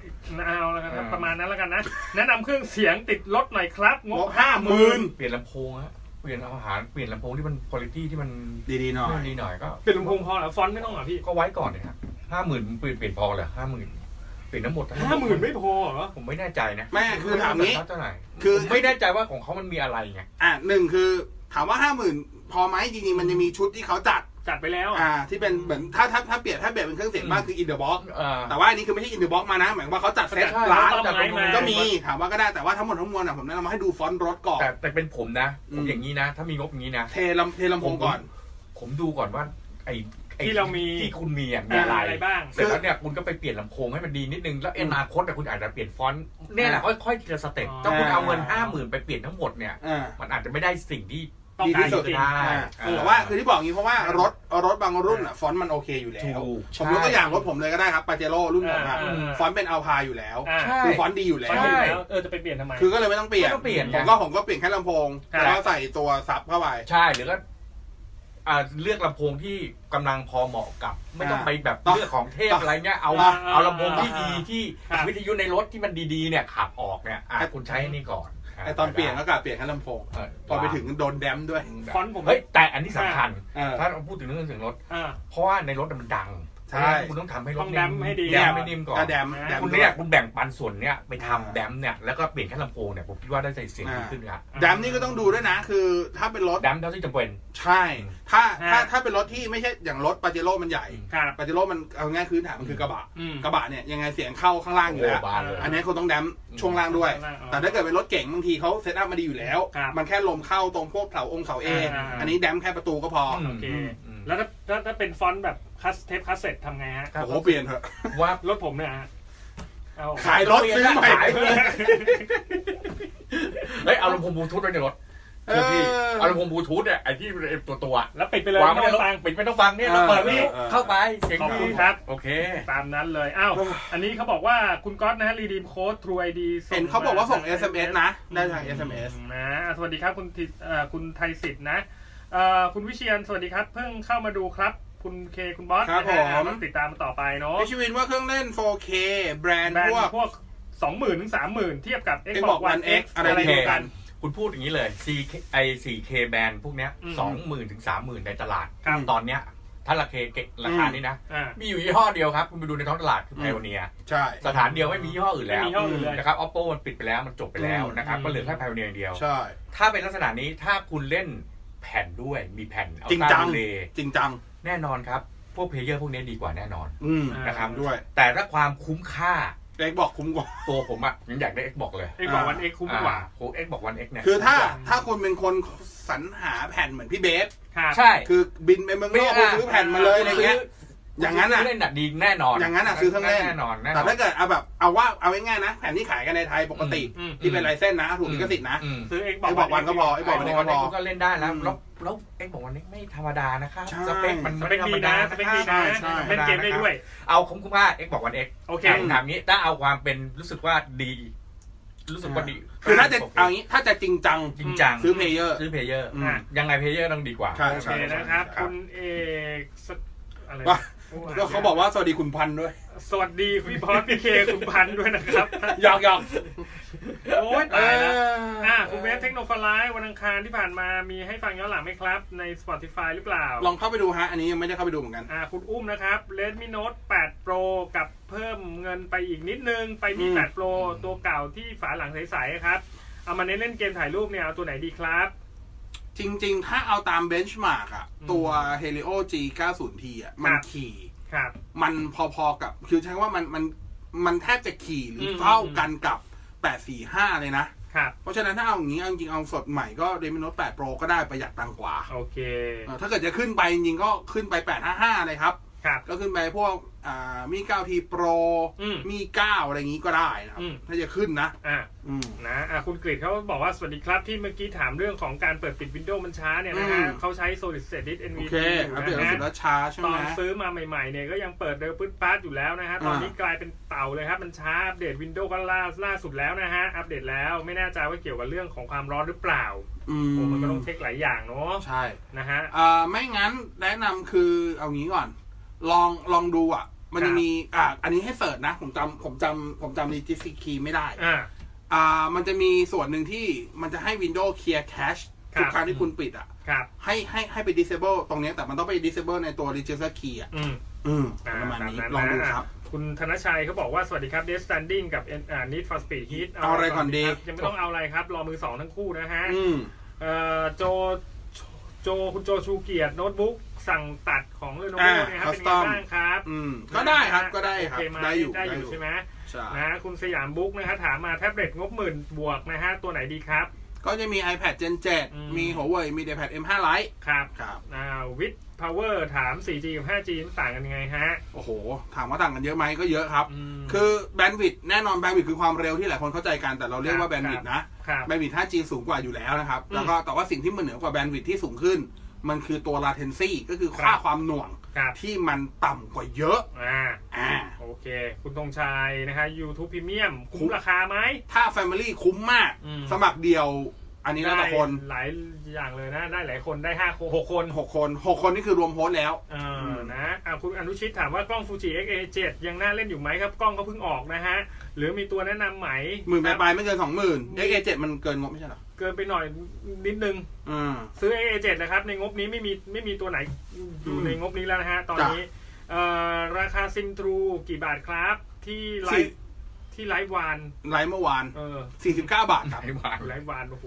Speaker 4: เอาแล้วกันครับ
Speaker 6: อ่า
Speaker 4: ประมาณนั้นแล้วกันนะ แนะนำเครื่องเสียงติดรถหน่อยครับ งบ
Speaker 3: งบ
Speaker 4: ห้าหมื่น
Speaker 3: 50,000
Speaker 6: เปลี่ยนลำโพงฮะเปลี่ยนเอาอาหารเปลี่ยนลำโพงที่มันคุณภาพที่มัน
Speaker 3: ดีๆหน่อย
Speaker 6: ดีหน่อยก็
Speaker 4: เป็นลำโพงพอเหรอฟอนต์ไม่ต้องเหรอพี่
Speaker 6: ก็ไว้ก่อนเลยฮะห้าหมื่นเปลี่ยนเปลี่ยนพอเหรอห้าหมื่นเปลี่ยนทั้งหมด
Speaker 4: ห้าหมื่นไม่พอเหรอ
Speaker 6: ผมไม่แน่ใจนะ
Speaker 3: แม่คือถามงี้
Speaker 6: เท่าไหร่
Speaker 3: คือ
Speaker 6: ผมไม่แน่ใจว่าของเขามันมีอะไรไง
Speaker 3: อ่ะหนึ่งคือ ถามว่า 50,000 พอไหมจริงๆ มันจะมีชุดที่เขาจัด
Speaker 4: จัดไปแล้ว
Speaker 3: อ่า ที่เป็นเหมือนถ้าถ้าถ้าเปลี่ยนถ้าเปลี่ยนเป็นเครื่องเสียงบ้างคืออินเดอะบ็อก
Speaker 6: เอ่อ
Speaker 3: แต่ว่าอันนี้คือไม่ใช่อินเดอะบ็อกมานะ หมายความว่าเขาจัดเซต
Speaker 6: ใช่ใช่
Speaker 3: ร้าน
Speaker 4: ต้องไม้มา
Speaker 3: ก็มีถามว่าก็ได้แต่ว่าทั้งหมดทั้งมวลอ่ะผมแนะนำมาให้ดูฟอนต์รถก่อน
Speaker 6: แต่แต่เป็นผมนะ ผ
Speaker 3: อื
Speaker 6: ม
Speaker 3: ม
Speaker 6: อย่างนี้นะ ถ้ามีงบอย่างนี้นะ
Speaker 3: เทลำเทลำโพงก่อน
Speaker 6: ผมดูก่อนว่า ไอ้ไอ้
Speaker 4: ที่เรามี
Speaker 6: ที่คุณมีอะมี
Speaker 4: มี
Speaker 6: อะ
Speaker 4: อะไร ไรบ้าง
Speaker 6: เสร็จแล้วเนี่ยคุณก็ไปเปลี่ยนลำโพงให้มันดีนิดนึง แล้วอนาคตแต่ยคุณอาจจะเปลี่ยนฟอนต์เนี่ยแหละค่อยๆทีละสเต็ป
Speaker 4: อ๋อ
Speaker 6: ถ้าคุณเอาเงินห้าหมื่นไปเปลี่ยนทั้งหมดเนี่ย
Speaker 3: อ่า
Speaker 6: มันอาจจะไม่ได้สิ่งที่
Speaker 4: ต้อง
Speaker 3: ดีที่
Speaker 4: การจ
Speaker 3: สุด
Speaker 4: ริง
Speaker 6: ได้
Speaker 3: อ่าแต่ว่าคือที่บอกอย่างงี้เพราะว่ารถรถบางรุ่นอ่ะฟอนต์มันโอเคอยู่แล้ว
Speaker 6: ถูก
Speaker 3: ผมยกตัวอย่างรถผมเลยก็ได้ครับปาเจโร่รุ่นผมอ่ะ
Speaker 4: อ่าอ่า
Speaker 3: ฟอนต์เป็นอัลพาอยู่แล้ว
Speaker 4: อ่า
Speaker 6: ใช่
Speaker 3: คือฟอนต์ดีอยู่แล้ว
Speaker 4: ใช่แล้วเออจะไปเปลี่ยนทำไม
Speaker 3: คือก็เลยไม่ต้องเปลี่ยน
Speaker 6: ไม่ต้องเปลี่ยนไง
Speaker 3: ผมก็ผมก็เปลี่ยนแค่ลำโพง
Speaker 4: ครับ
Speaker 3: แล้วก็ใส่ตัวซับเข้าไป
Speaker 6: ใช่หรือก็อ่าเลือกลำโพงที่กำลังพอเหมาะกับ ไม่ต้อง
Speaker 3: อ่า
Speaker 6: ไปแบบ
Speaker 3: ต้อง
Speaker 6: เลือกของเทพอะไรเงี้ยเอา
Speaker 3: อ่า
Speaker 6: เอาลำโพงที่ดีที่
Speaker 4: ครับ
Speaker 6: วิทยุในรถที่มันดีๆเนี่ยขับออกเนี่ยอ่ะคุณใช้อันนี่ก่อน
Speaker 3: ไอตอนเปลี่ยนก็กลับเปลี่ยนแค่ลำโพง
Speaker 6: เ
Speaker 3: พอไปถึงโดนแดมป์ด้วย
Speaker 4: ฟอนต์ผม
Speaker 6: เฮ้ยแต่อันนี้สำคัญ
Speaker 3: เออ
Speaker 6: ถ้าเราพูดถึงเรื่องเสียงรถ
Speaker 4: อ่า
Speaker 6: เพราะว่าในรถน่ะมันดัง
Speaker 3: ใช่
Speaker 6: คุณต้องทำให้รถ
Speaker 4: ต้องแดมให้ดี
Speaker 6: แดมให้นิ่มก่อน
Speaker 3: ถ้าแดมป์
Speaker 4: นะ
Speaker 3: แดม
Speaker 6: คุณ
Speaker 3: ป์
Speaker 6: เนี่ยคุณแบ่งปันส่วนเนี้ยไปทำแดมเนี่ยแล้วก็เปลี่ยนแค่ลำโพงเนี่ยผมคิดว่าได้เสียงดีขึ้นครับ
Speaker 3: แดมป์นี่ก็ต้องดูด้วยนะ คือถ้าเป็นรถ
Speaker 6: แดมเท่าที่จำเป็น
Speaker 3: ใช่ถ้าถ้า
Speaker 4: อ่า
Speaker 3: ถ้าเป็นรถที่ไม่ใช่อย่างรถปาเจโร่มันใหญ่
Speaker 4: ครับ
Speaker 3: ปาเจโร่มันเอาง่ายคือฐานมันคือกระบะ
Speaker 4: อืม
Speaker 3: กระบะเนี่ยยังไงเสียงเข้าข้างล่างอยู่แล้ว
Speaker 6: โอ้บานเลย
Speaker 3: อันนี้คุณต้องแดมช่วงล่างด้วย
Speaker 4: ข้างล่างอ๋อ
Speaker 3: แต่ถ้าเกิดเป็นรถเก๋งบางทีเขาเซตอัพมาดีอยู่แล้ว
Speaker 4: ครับ
Speaker 3: มันแค่ลมเข้าตรงพวกเสาองค์เสาเออา อันนี้แดมแค่ประตูก็พออ
Speaker 4: โอเค
Speaker 6: อืม
Speaker 4: แล้วถ้าถ้าถ้าเป็นฟอนต์แบบคัสเทปคัสเซ็ตทำไงฮะ
Speaker 6: ครับ
Speaker 3: โอ้โหเปลี่ยนเถอะ
Speaker 6: ว่า
Speaker 4: รถผมเนี่ยฮะเอา
Speaker 3: ขายรถซื้อใหม่
Speaker 6: ขายเลย เฮ้ยเอาลำโพงบลูทูธไว้ในรถ
Speaker 3: เอ
Speaker 6: เชื่อพี่
Speaker 3: อ
Speaker 6: เอาลำโพงบลูทูธเนี่ยไอ้ที่เป็นตัวตัวๆอะ
Speaker 4: แล้วปิดไปเลย
Speaker 6: าง
Speaker 4: ไม่
Speaker 6: ไว้ในร
Speaker 4: ต้อง
Speaker 6: ถ
Speaker 4: ฟัง
Speaker 6: ปิดไม่ต้องฟังเนี่ยเรา
Speaker 3: เออ
Speaker 6: เปิดนี่
Speaker 3: เออ
Speaker 6: เข้าไปเสียง
Speaker 4: ขอบ
Speaker 6: ดี
Speaker 4: คุณครับ
Speaker 6: โอเค
Speaker 4: ตามนั้นเลยอ้าวอันนี้เขาบอกว่าคุณก๊อตนะฮะรีดีมโค้ด True ID
Speaker 3: เห็นเขาบอกว่าส่ง
Speaker 4: ม
Speaker 3: SMS นะ ได้ทาง SMS
Speaker 4: นะ สวัสดีครับคุณทิเอ่อคุณไทยสิทธิ์นะเอ่อคุณวิเชียนสวัสดีครับ เพิ่งเข้ามาดูครับ คุณเคคุณบอส
Speaker 3: ครับ
Speaker 4: นะฮะ
Speaker 3: ผม
Speaker 4: ต้องติดตามต่อไปเนาะ
Speaker 3: พี่ชวินว่าเครื่องเล่น 4K แบรนด์
Speaker 4: แบรน
Speaker 3: พวก
Speaker 4: ด์พวกสองหมื่นถึงสามหมื่นเทียบกับ Xbox
Speaker 3: Xbox
Speaker 4: One
Speaker 3: One
Speaker 4: X
Speaker 3: X
Speaker 4: อะ
Speaker 3: อะไร ไร
Speaker 4: เดียวกัน
Speaker 6: คุณพูดอย่างนี้เลย CK ไอ 4K แบรนด์พวกเนี้ย
Speaker 4: อืม
Speaker 6: สองหมื่นถึงสามหมื่นในตลาด
Speaker 4: ครับ
Speaker 6: ตอนเนี้ยถ้าราคาเก็กราคานี้นะ
Speaker 4: อ่า
Speaker 6: มีอยู่ยี่ห้อเดียวครับ คุณไปดูในท้องตลาดคือไพโอเนีย
Speaker 3: ใช่
Speaker 6: สถานเดียวไม่มียี่ห้ออื่นแล้ว
Speaker 4: ไม่มียี่ห้ออื่นเลย
Speaker 6: นะครับ oppo มันปิดไปแล้วมันจบไปแล้วนะครับ
Speaker 4: อืม
Speaker 6: ก็เหลือแค่ไพโอเนียเดียว
Speaker 3: ใช่
Speaker 6: ถ้าเป็นลักษณะนี้ถ้าคุณเล่นแผ่นด้วยมีแผ่นเอา
Speaker 3: จริงจั
Speaker 6: ตั้
Speaker 3: ง
Speaker 6: เล
Speaker 3: จริงจัง
Speaker 6: แน่นอนครับ พวกเพลเยอร์พวกนี้ดีกว่าแน่นอน
Speaker 3: อืม
Speaker 4: อ่า
Speaker 6: นะครับ
Speaker 3: ด้วย
Speaker 6: แต่ถ้าความคุ้มค่า
Speaker 3: เล็กบอกคุ้มกว่า
Speaker 6: ตัวผมอะยังอยากได้ X บอกเลย
Speaker 4: Xbox One X คุ้มกว่า
Speaker 6: โอ้ X บอกวัน X เนี่ย
Speaker 3: คือถ้าถ้าคุณเป็นคนสรรหาแผ่นเหมือนพี่เบส
Speaker 4: ครับ
Speaker 6: ใช่
Speaker 3: คือบินไปเมืองนอกคุณซื้อแผ่นมาเลยอะไรเงี้ย
Speaker 6: ซื้
Speaker 3: อย่างนั้นอะ
Speaker 6: ซื้เล่นอะดีแน่นอน
Speaker 3: อย่างนั้นอ่ะซื้อเครื่องเล่น
Speaker 6: แน่นอนแน่น
Speaker 3: แต่
Speaker 6: อน
Speaker 3: ถ้าเกิดเอาแบบเอาว่าเอาง่ายๆนะ แผ่นที่ขายกันในไทยปกติ
Speaker 4: อืม
Speaker 3: ที่เป็น
Speaker 6: อืม
Speaker 3: ลายเส้นนะ ถูกลิขสิทธิ์นะ
Speaker 6: อืม
Speaker 4: ซื้อ
Speaker 3: ไอ้
Speaker 4: Xbox
Speaker 3: บอกวันก็พอ
Speaker 6: ไอ้
Speaker 3: ไอ้
Speaker 6: บบ
Speaker 3: อ
Speaker 6: อ
Speaker 3: ก ก
Speaker 6: วั
Speaker 3: วันน
Speaker 6: นี้
Speaker 3: นี้ก็พ
Speaker 6: ก็บอ
Speaker 3: อ
Speaker 6: กก็เล่นได้แล้ว
Speaker 3: อืม
Speaker 6: แล้วแล้วเอ็กบอกวันนี้ไม่ธรรมดานะครับ
Speaker 3: ใช่
Speaker 6: สเปคมัน
Speaker 4: สเปคดีนะสเปคดีนะ
Speaker 3: ใช่
Speaker 4: เล่นเกมได้ด้วย
Speaker 6: เอาคุ้มคุ้มค่าเอ็กบอกวันเอ็ก
Speaker 4: โอเค
Speaker 6: ถามงี้ถ้าเอาความเป็นรู้สึกว่าดี รู้สึกว่าดี
Speaker 3: คือถ้าจะเอางี้ถ้าจะจริงจัง
Speaker 6: จริงจัง
Speaker 3: ซื้อเพลเยอร์
Speaker 6: ซื้อเพลเยอร์
Speaker 3: อืม
Speaker 4: อ่ะ
Speaker 6: ยังไงเพลเยอร์ต้องดีกว่า
Speaker 3: ใช่
Speaker 4: โอ
Speaker 3: ใช่
Speaker 4: เคนะครับ
Speaker 3: รับ
Speaker 4: คุณเอกสักอะไร
Speaker 3: ว่า
Speaker 4: โอ้อ่น
Speaker 3: แล้วเขาบอกว่าสวัสดีคุณพันธุ์ด้วย
Speaker 4: สวัสดีพี่บอสพี่เคคุณพันธุ์ด้วยนะครับ
Speaker 3: หยอกหยอก
Speaker 4: โอ้ยตายแล้วอ่ะคุณเวฟเทคโนโลยีวันอังคารที่ผ่านมามีให้ฟังย้อนหลังไหมครับ ใน Spotify หรือเปล่า
Speaker 3: ลองเข้าไปดูฮะ อันนี้ยังไม่ได้เข้าไปดูเหมือนกัน
Speaker 4: อ่าคุณอุ้มนะครับ Redmi Note 8 Pro กับเพิ่มเงินไปอีกนิดนึง ไปมี
Speaker 3: อืม
Speaker 4: 8 Pro ตัวเก่าที่ฝาหลังใสๆครับ เอามาเน้นเล่นเกมถ่ายรูปเนี่ย เอาตัวไหนดีครับ
Speaker 3: จริง ๆ ถ้าเอาตามเบนช์มาร์กอะ
Speaker 4: อืม
Speaker 3: ตัว Helio G 9 0 T อะมั
Speaker 4: คน รับ
Speaker 3: ขี่
Speaker 4: ครับ
Speaker 3: มันพอๆกับ คือใช้คำว่ามันมันมันแทบจะขี่หรืออ
Speaker 4: ม
Speaker 3: เท่ากันกับ 845 เลยนะ
Speaker 4: ครับ
Speaker 3: เพราะฉะนั้นถ้าเอาอย่างนี้เอาจริงๆเอาสดใหม่ก็ Redmi Note 8 Pro ก็ได้ประหยัดตังค์กว่า
Speaker 4: โอเค
Speaker 3: เออถ้าเกิดจะขึ้นไปจริงๆก็ขึ้นไป 855 เลยครับ
Speaker 4: ครับ
Speaker 3: ก็ขึ้นไปพวกอ่ามี 9T Pro
Speaker 4: อืม
Speaker 3: มี 9 อะไรอย่างนี้ก็ได้นะครับ
Speaker 4: อืม
Speaker 3: ถ้าจะขึ้นนะ
Speaker 4: อ่ะ
Speaker 3: อืม
Speaker 4: นะอ่ะคุณกริดเขาบอกว่า สวัสดีครับที่เมื่อกี้ถามเรื่องของการเปิดปิดวินโดว์มันช้าเนี่ยนะฮะ
Speaker 3: อืม
Speaker 4: เขาใช้ Solid State Disk
Speaker 3: โอ
Speaker 4: NVMe
Speaker 3: เค
Speaker 4: อยู่
Speaker 3: อัปเดตล่า
Speaker 4: นะ
Speaker 3: สุด
Speaker 4: ฮะ
Speaker 3: แล้วช้าใช่
Speaker 4: ต
Speaker 3: ไหม
Speaker 4: อนซื้อมาใหม่ๆเนี่ยก็ยังเปิดเร็วปึ๊ดป๊าดอยู่แล้วนะฮะ ตอนนี้
Speaker 3: อ่าก
Speaker 4: ลายเป็นเต่าเลยครับ มันช้าอัปเดตวินโดว์ก็ล่าล่าสุดแล้วนะฮะ อัปเดตแล้วไม่แน่ใจว่าเกี่ยวกับเรื่องของความร้อนหรือเปล่า
Speaker 3: ื
Speaker 4: โอ้
Speaker 3: ม
Speaker 4: มันก็ต้องเช็คหลายอย่างเนาะ
Speaker 3: ใช่
Speaker 4: นะฮะ
Speaker 3: อ่าไม่งั้นแนะนำคือเอางี้ก่อน ลองลองดูอ่ะ มันจะมีอ่าอันนี้ให้เสิร์ชนะ ผมจำผมจำผมจำรีจิสคีไม่ได้
Speaker 4: อ่า
Speaker 3: อ่ามันจะมีส่วนหนึ่งที่มันจะให้ Windows Clear Cache
Speaker 4: ครับ
Speaker 3: ทุกครั้งที่คุณปิดอ่ะ
Speaker 4: ครับ
Speaker 3: ให้ให้ให้ไป disable ตรงเนี้ยแต่มันต้องไป disable ในตัว register key อ่ะ
Speaker 4: อืม
Speaker 3: อืม
Speaker 4: อ่า
Speaker 3: ประมาณนี้
Speaker 4: ตาม
Speaker 3: ลอง
Speaker 4: นั้นนะ
Speaker 3: ดูครับ
Speaker 4: คุณธนชัยเขาบอกว่า สวัสดีครับ Death Standing กับ N- อ่า Need for Speed Heat
Speaker 3: เอาอะไรก่อนดี
Speaker 4: ครับยังไม่ต้องเอาอะไรครับ รอมือสองทั้งคู่นะฮะ
Speaker 3: อืม
Speaker 4: เอ่อโจโจโจคุณโจชูเกียรติโน้ตบุ๊กสั่งตัดของเรโนโว
Speaker 3: อ่า
Speaker 4: เนี่ยครับ
Speaker 3: custom
Speaker 4: เป็นไงบ้างครับ
Speaker 3: อืม ก็ได้ครับก็ได้ครับ
Speaker 4: โเ
Speaker 3: ได้อยู่
Speaker 4: ได้อยู่ใช่ไหม
Speaker 3: ใช่
Speaker 4: นะคุณสยามบุ๊กนะฮะถามมาแท็บเล็ตงบหมื่นบวกนะฮะ ตัวไหนดีครับ
Speaker 3: ก็จะมี iPad Gen
Speaker 4: อืม
Speaker 3: 7 มี Huawei มี iPad M5 Lite
Speaker 4: ครับ
Speaker 3: ครับ
Speaker 4: อ่าวิดพาวเวอร์ถาม 4G กับ 5G มันต่างกันยังไงฮะ
Speaker 3: โอ้โห ถามว่าต่างกันเยอะไหมก็เยอะครับ
Speaker 4: ม
Speaker 3: คือแบนด์วิดต์แน่นอนแบนด์วิดต์คือความเร็วที่หลายคนเข้าใจกัน แต่เราเรียกว่า
Speaker 4: ครั
Speaker 3: แบ
Speaker 4: บบ
Speaker 3: นด์วิดต์นะ
Speaker 4: ครับ
Speaker 3: แบนด์วิดต์ 5G สูงกว่าอยู่แล้วนะครับ แล้วก็แต่ว่าสิ่งที่มันเหนือกว่าแบนด์วิดต์ที่สูงขึ้น มันคือตัว latency ก็คือค่า
Speaker 4: ครับ
Speaker 3: ความหน่วง
Speaker 4: ครับ
Speaker 3: ที่มันต่ำกว่าเยอะ
Speaker 4: อ่า
Speaker 3: อ่า
Speaker 4: โอเค คุณธงชัยนะฮะ YouTube Premium คุ้มราคาไหม
Speaker 3: ถ้า Family คุ้มมาก
Speaker 4: อืม
Speaker 3: สมัครเดียว อันนี้แล้วแต่คน
Speaker 4: หลายอย่างเลยนะ ได้หลายคนได้ห้าคนหกคน
Speaker 3: หกคนหกคนนี่คือรวมโฮสต์แล้ว
Speaker 4: เออนะอ่ะคุณอนุชิตถามว่ากล้องฟูจิ XA7 ยังน่าเล่นอยู่ไหมครับ กล้องก็เพิ่งออกนะฮะ หรือมีตัวแนะนำไหม
Speaker 3: หมื่นป
Speaker 4: ครับ
Speaker 3: ลายๆไม่เกินสองหมื่นเอ็กเอเจ็ดมันเกินงบไม่ใช่เหรอ
Speaker 4: เกินไปหน่อยนิดนึง
Speaker 3: อืม
Speaker 4: ซื้อ XA7 นะครับ ในงบนี้ไม่มีไม่มีตัวไหนอยู่ในงบนี้แล้วนะฮะ ตอน
Speaker 3: จ้ะ
Speaker 4: นี้เอ่อราคาซินทรูกี่บาทครับ ที่ไล
Speaker 3: สี่
Speaker 4: ฟ์ที่ไลฟ์วาน
Speaker 3: ไลฟ์เมื่อวาน
Speaker 4: เออ
Speaker 3: สี่สิบเก้าบาทครับ
Speaker 6: ไอ้บ้าน
Speaker 4: ไลฟ์วานโอ้โห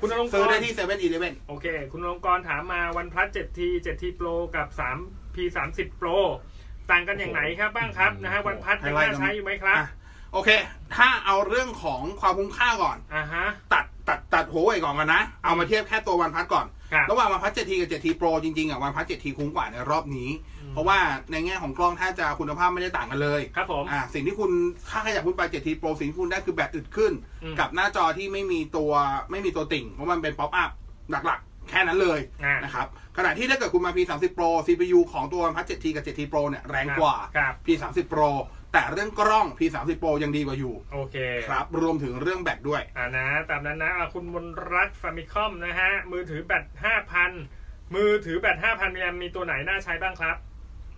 Speaker 4: คุณอลงก
Speaker 3: ซื้อ
Speaker 4: ร
Speaker 3: ได้
Speaker 4: ณ์
Speaker 3: ที่เซเว่นอีเลเว่น
Speaker 4: โอเค คุณอลงกรณ์ถามมาวันพลัส 7T 7T Pro กับ 3P 30 Pro ต่างกันอย่างไหนครับบ้างครับนะฮะวันพลัสยังน่าใช้อยู่ไหมครับ
Speaker 3: โอเค ถ้าเอาเรื่องของความคุ้มค่าก่อน
Speaker 4: อ่าฮะ
Speaker 3: ตัดตัดตัดโหวเว่ยก่อนกันนะ เอามาเทียบแค่ตัววันพัทก่อน
Speaker 4: ครับ
Speaker 3: ระหว่างวันพัทเจ็ดทีกับเจ็ดทีโปรจริงๆอ่ะวันพัทเจ็ดทีคุ้มกว่าในรอบนี้ เพราะว่าในแง่ของกล้องถ้าจะคุณภาพไม่ได้ต่างกันเลย
Speaker 4: ครับผม
Speaker 3: อ่าสิ่งที่คุณค่าขยับคุณไป 7T Pro สิ่งที่คุณได้คือแบตอึดขึ้น
Speaker 4: อืม
Speaker 3: กับหน้าจอที่ไม่มีตัวไม่มีตัวติ่ง เพราะมันเป็นป๊อปอัพหลักๆ แค่นั้นเลย
Speaker 4: อ่าน
Speaker 3: นะครับขณะที่ถ้าเกิดคุณมา P30 Pro CPU ของตัวพัด 7T กับ 7T Pro เนี่ยแรงกว่า
Speaker 4: ครับ
Speaker 3: P30 Pro แต่เรื่องกล้อง P30 Pro ยังดีกว่าอยู่
Speaker 4: โอเค
Speaker 3: ครับ รวมถึงเรื่องแบตด้วย
Speaker 4: อ่านะ ตามนั้นนะอ่ะคุณมนรัตน์ฟามิคอมนะฮะ มือถือแบต5,000 มือถือแบต5,000มิลลิแอมมีตัวไหนน่าใช้บ้างครับ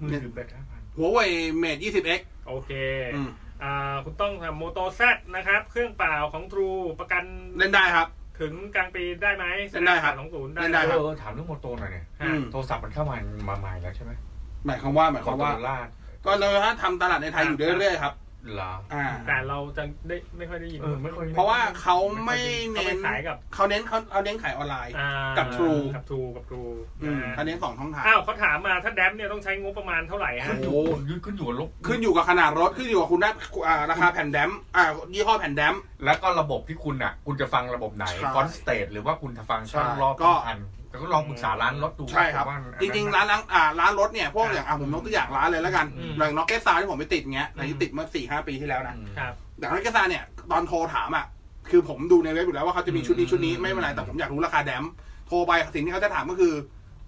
Speaker 6: มือถือแบตห้าพัน
Speaker 3: Huawei Mate 20X
Speaker 4: โอเค
Speaker 3: อืม
Speaker 4: อ่า คุณต้องทำโมโตแซนะครับ เครื่องเปล่าของ True ประกัน
Speaker 3: เล่นได้ครับ
Speaker 4: ถึงกลางปีได้ไหม
Speaker 3: เล่นได้ครับ
Speaker 4: ของศูนย์
Speaker 3: เล่นได้
Speaker 4: ได้ค
Speaker 6: เอ
Speaker 3: ครั
Speaker 4: รับ
Speaker 6: อถามเรื่องโมโตหน่อยเนี่ย
Speaker 3: อืม
Speaker 6: โทรศัพท์มันเข้ามามาใหม่แล้วใช่ไหม
Speaker 3: หมายความว่าหมาย
Speaker 6: ข
Speaker 3: ค
Speaker 6: อง
Speaker 3: วาม
Speaker 6: โต
Speaker 3: ว่า
Speaker 6: โยต้า
Speaker 3: ก็เราถ้าทำตลาดในไทยอยู่เรื่อยๆครับ
Speaker 6: เหรอ
Speaker 3: อ่า
Speaker 4: แต่เราจะได้ไม่ค่อยได้ยิน
Speaker 6: เออไม่ค่อย
Speaker 3: เพราะว่าเขาไม่เน้น
Speaker 4: เขาไปขายกับ
Speaker 3: เขาเน้นเขาเขาเน้นขายออนไลน์
Speaker 4: อ่า
Speaker 3: กับ True
Speaker 4: กับ True กับ True
Speaker 3: อืม
Speaker 4: นะ
Speaker 3: เขาเน้นสองช่องทาง
Speaker 4: อ้าวเขาถามมาถ้าแดมเนี่ยต้องใช้งบประมาณเท่าไหร่ฮะ
Speaker 6: ขึ้นอยู่ยึดขึ้นอยู่กับลบ
Speaker 3: ขึ้นอยู่กับขนาดรถ ขึ้นอยู่กับคุณได้อ่าราคาแผ่นแดมอ่ายี่ห้อแผ่นแดม
Speaker 6: แล้วก็ระบบที่คุณอ่ะ คุณจะฟังระบบไหน
Speaker 3: ใช่
Speaker 6: คอนสเตทหรือว่าคุณจะฟังช่อง
Speaker 3: ใช่
Speaker 6: รอบ
Speaker 3: ก็
Speaker 6: อันแล้วก็ลองปรึกษาร้านรถดู
Speaker 3: ใช่ครับ
Speaker 6: ผมว่าอันนั้น
Speaker 3: จริงๆ ร้านล้างอ่าร้านรถเนี่ย พวกอย่างอ่าผมยกตัวอย่างร้านเลยแล้วกัน
Speaker 4: อืม
Speaker 3: อย่างน็อกเกตซาที่ผมไปติดเงี้ย
Speaker 4: อืม
Speaker 3: อันนี้ติดเมื่อสี่ห้าปีที่แล้วนะ
Speaker 6: อืม
Speaker 4: ครับ
Speaker 3: แต่น็อกเกตซาเนี่ย ตอนโทรถามอ่ะ คือผมดูในเว็บอยู่แล้วว่าเขาจะมีชุดนี้ชุดนี้ไม่เป็นไรแต่ผมอยากรู้ราคาแดมโทรไปสิ่งที่เขาจะถามก็คือ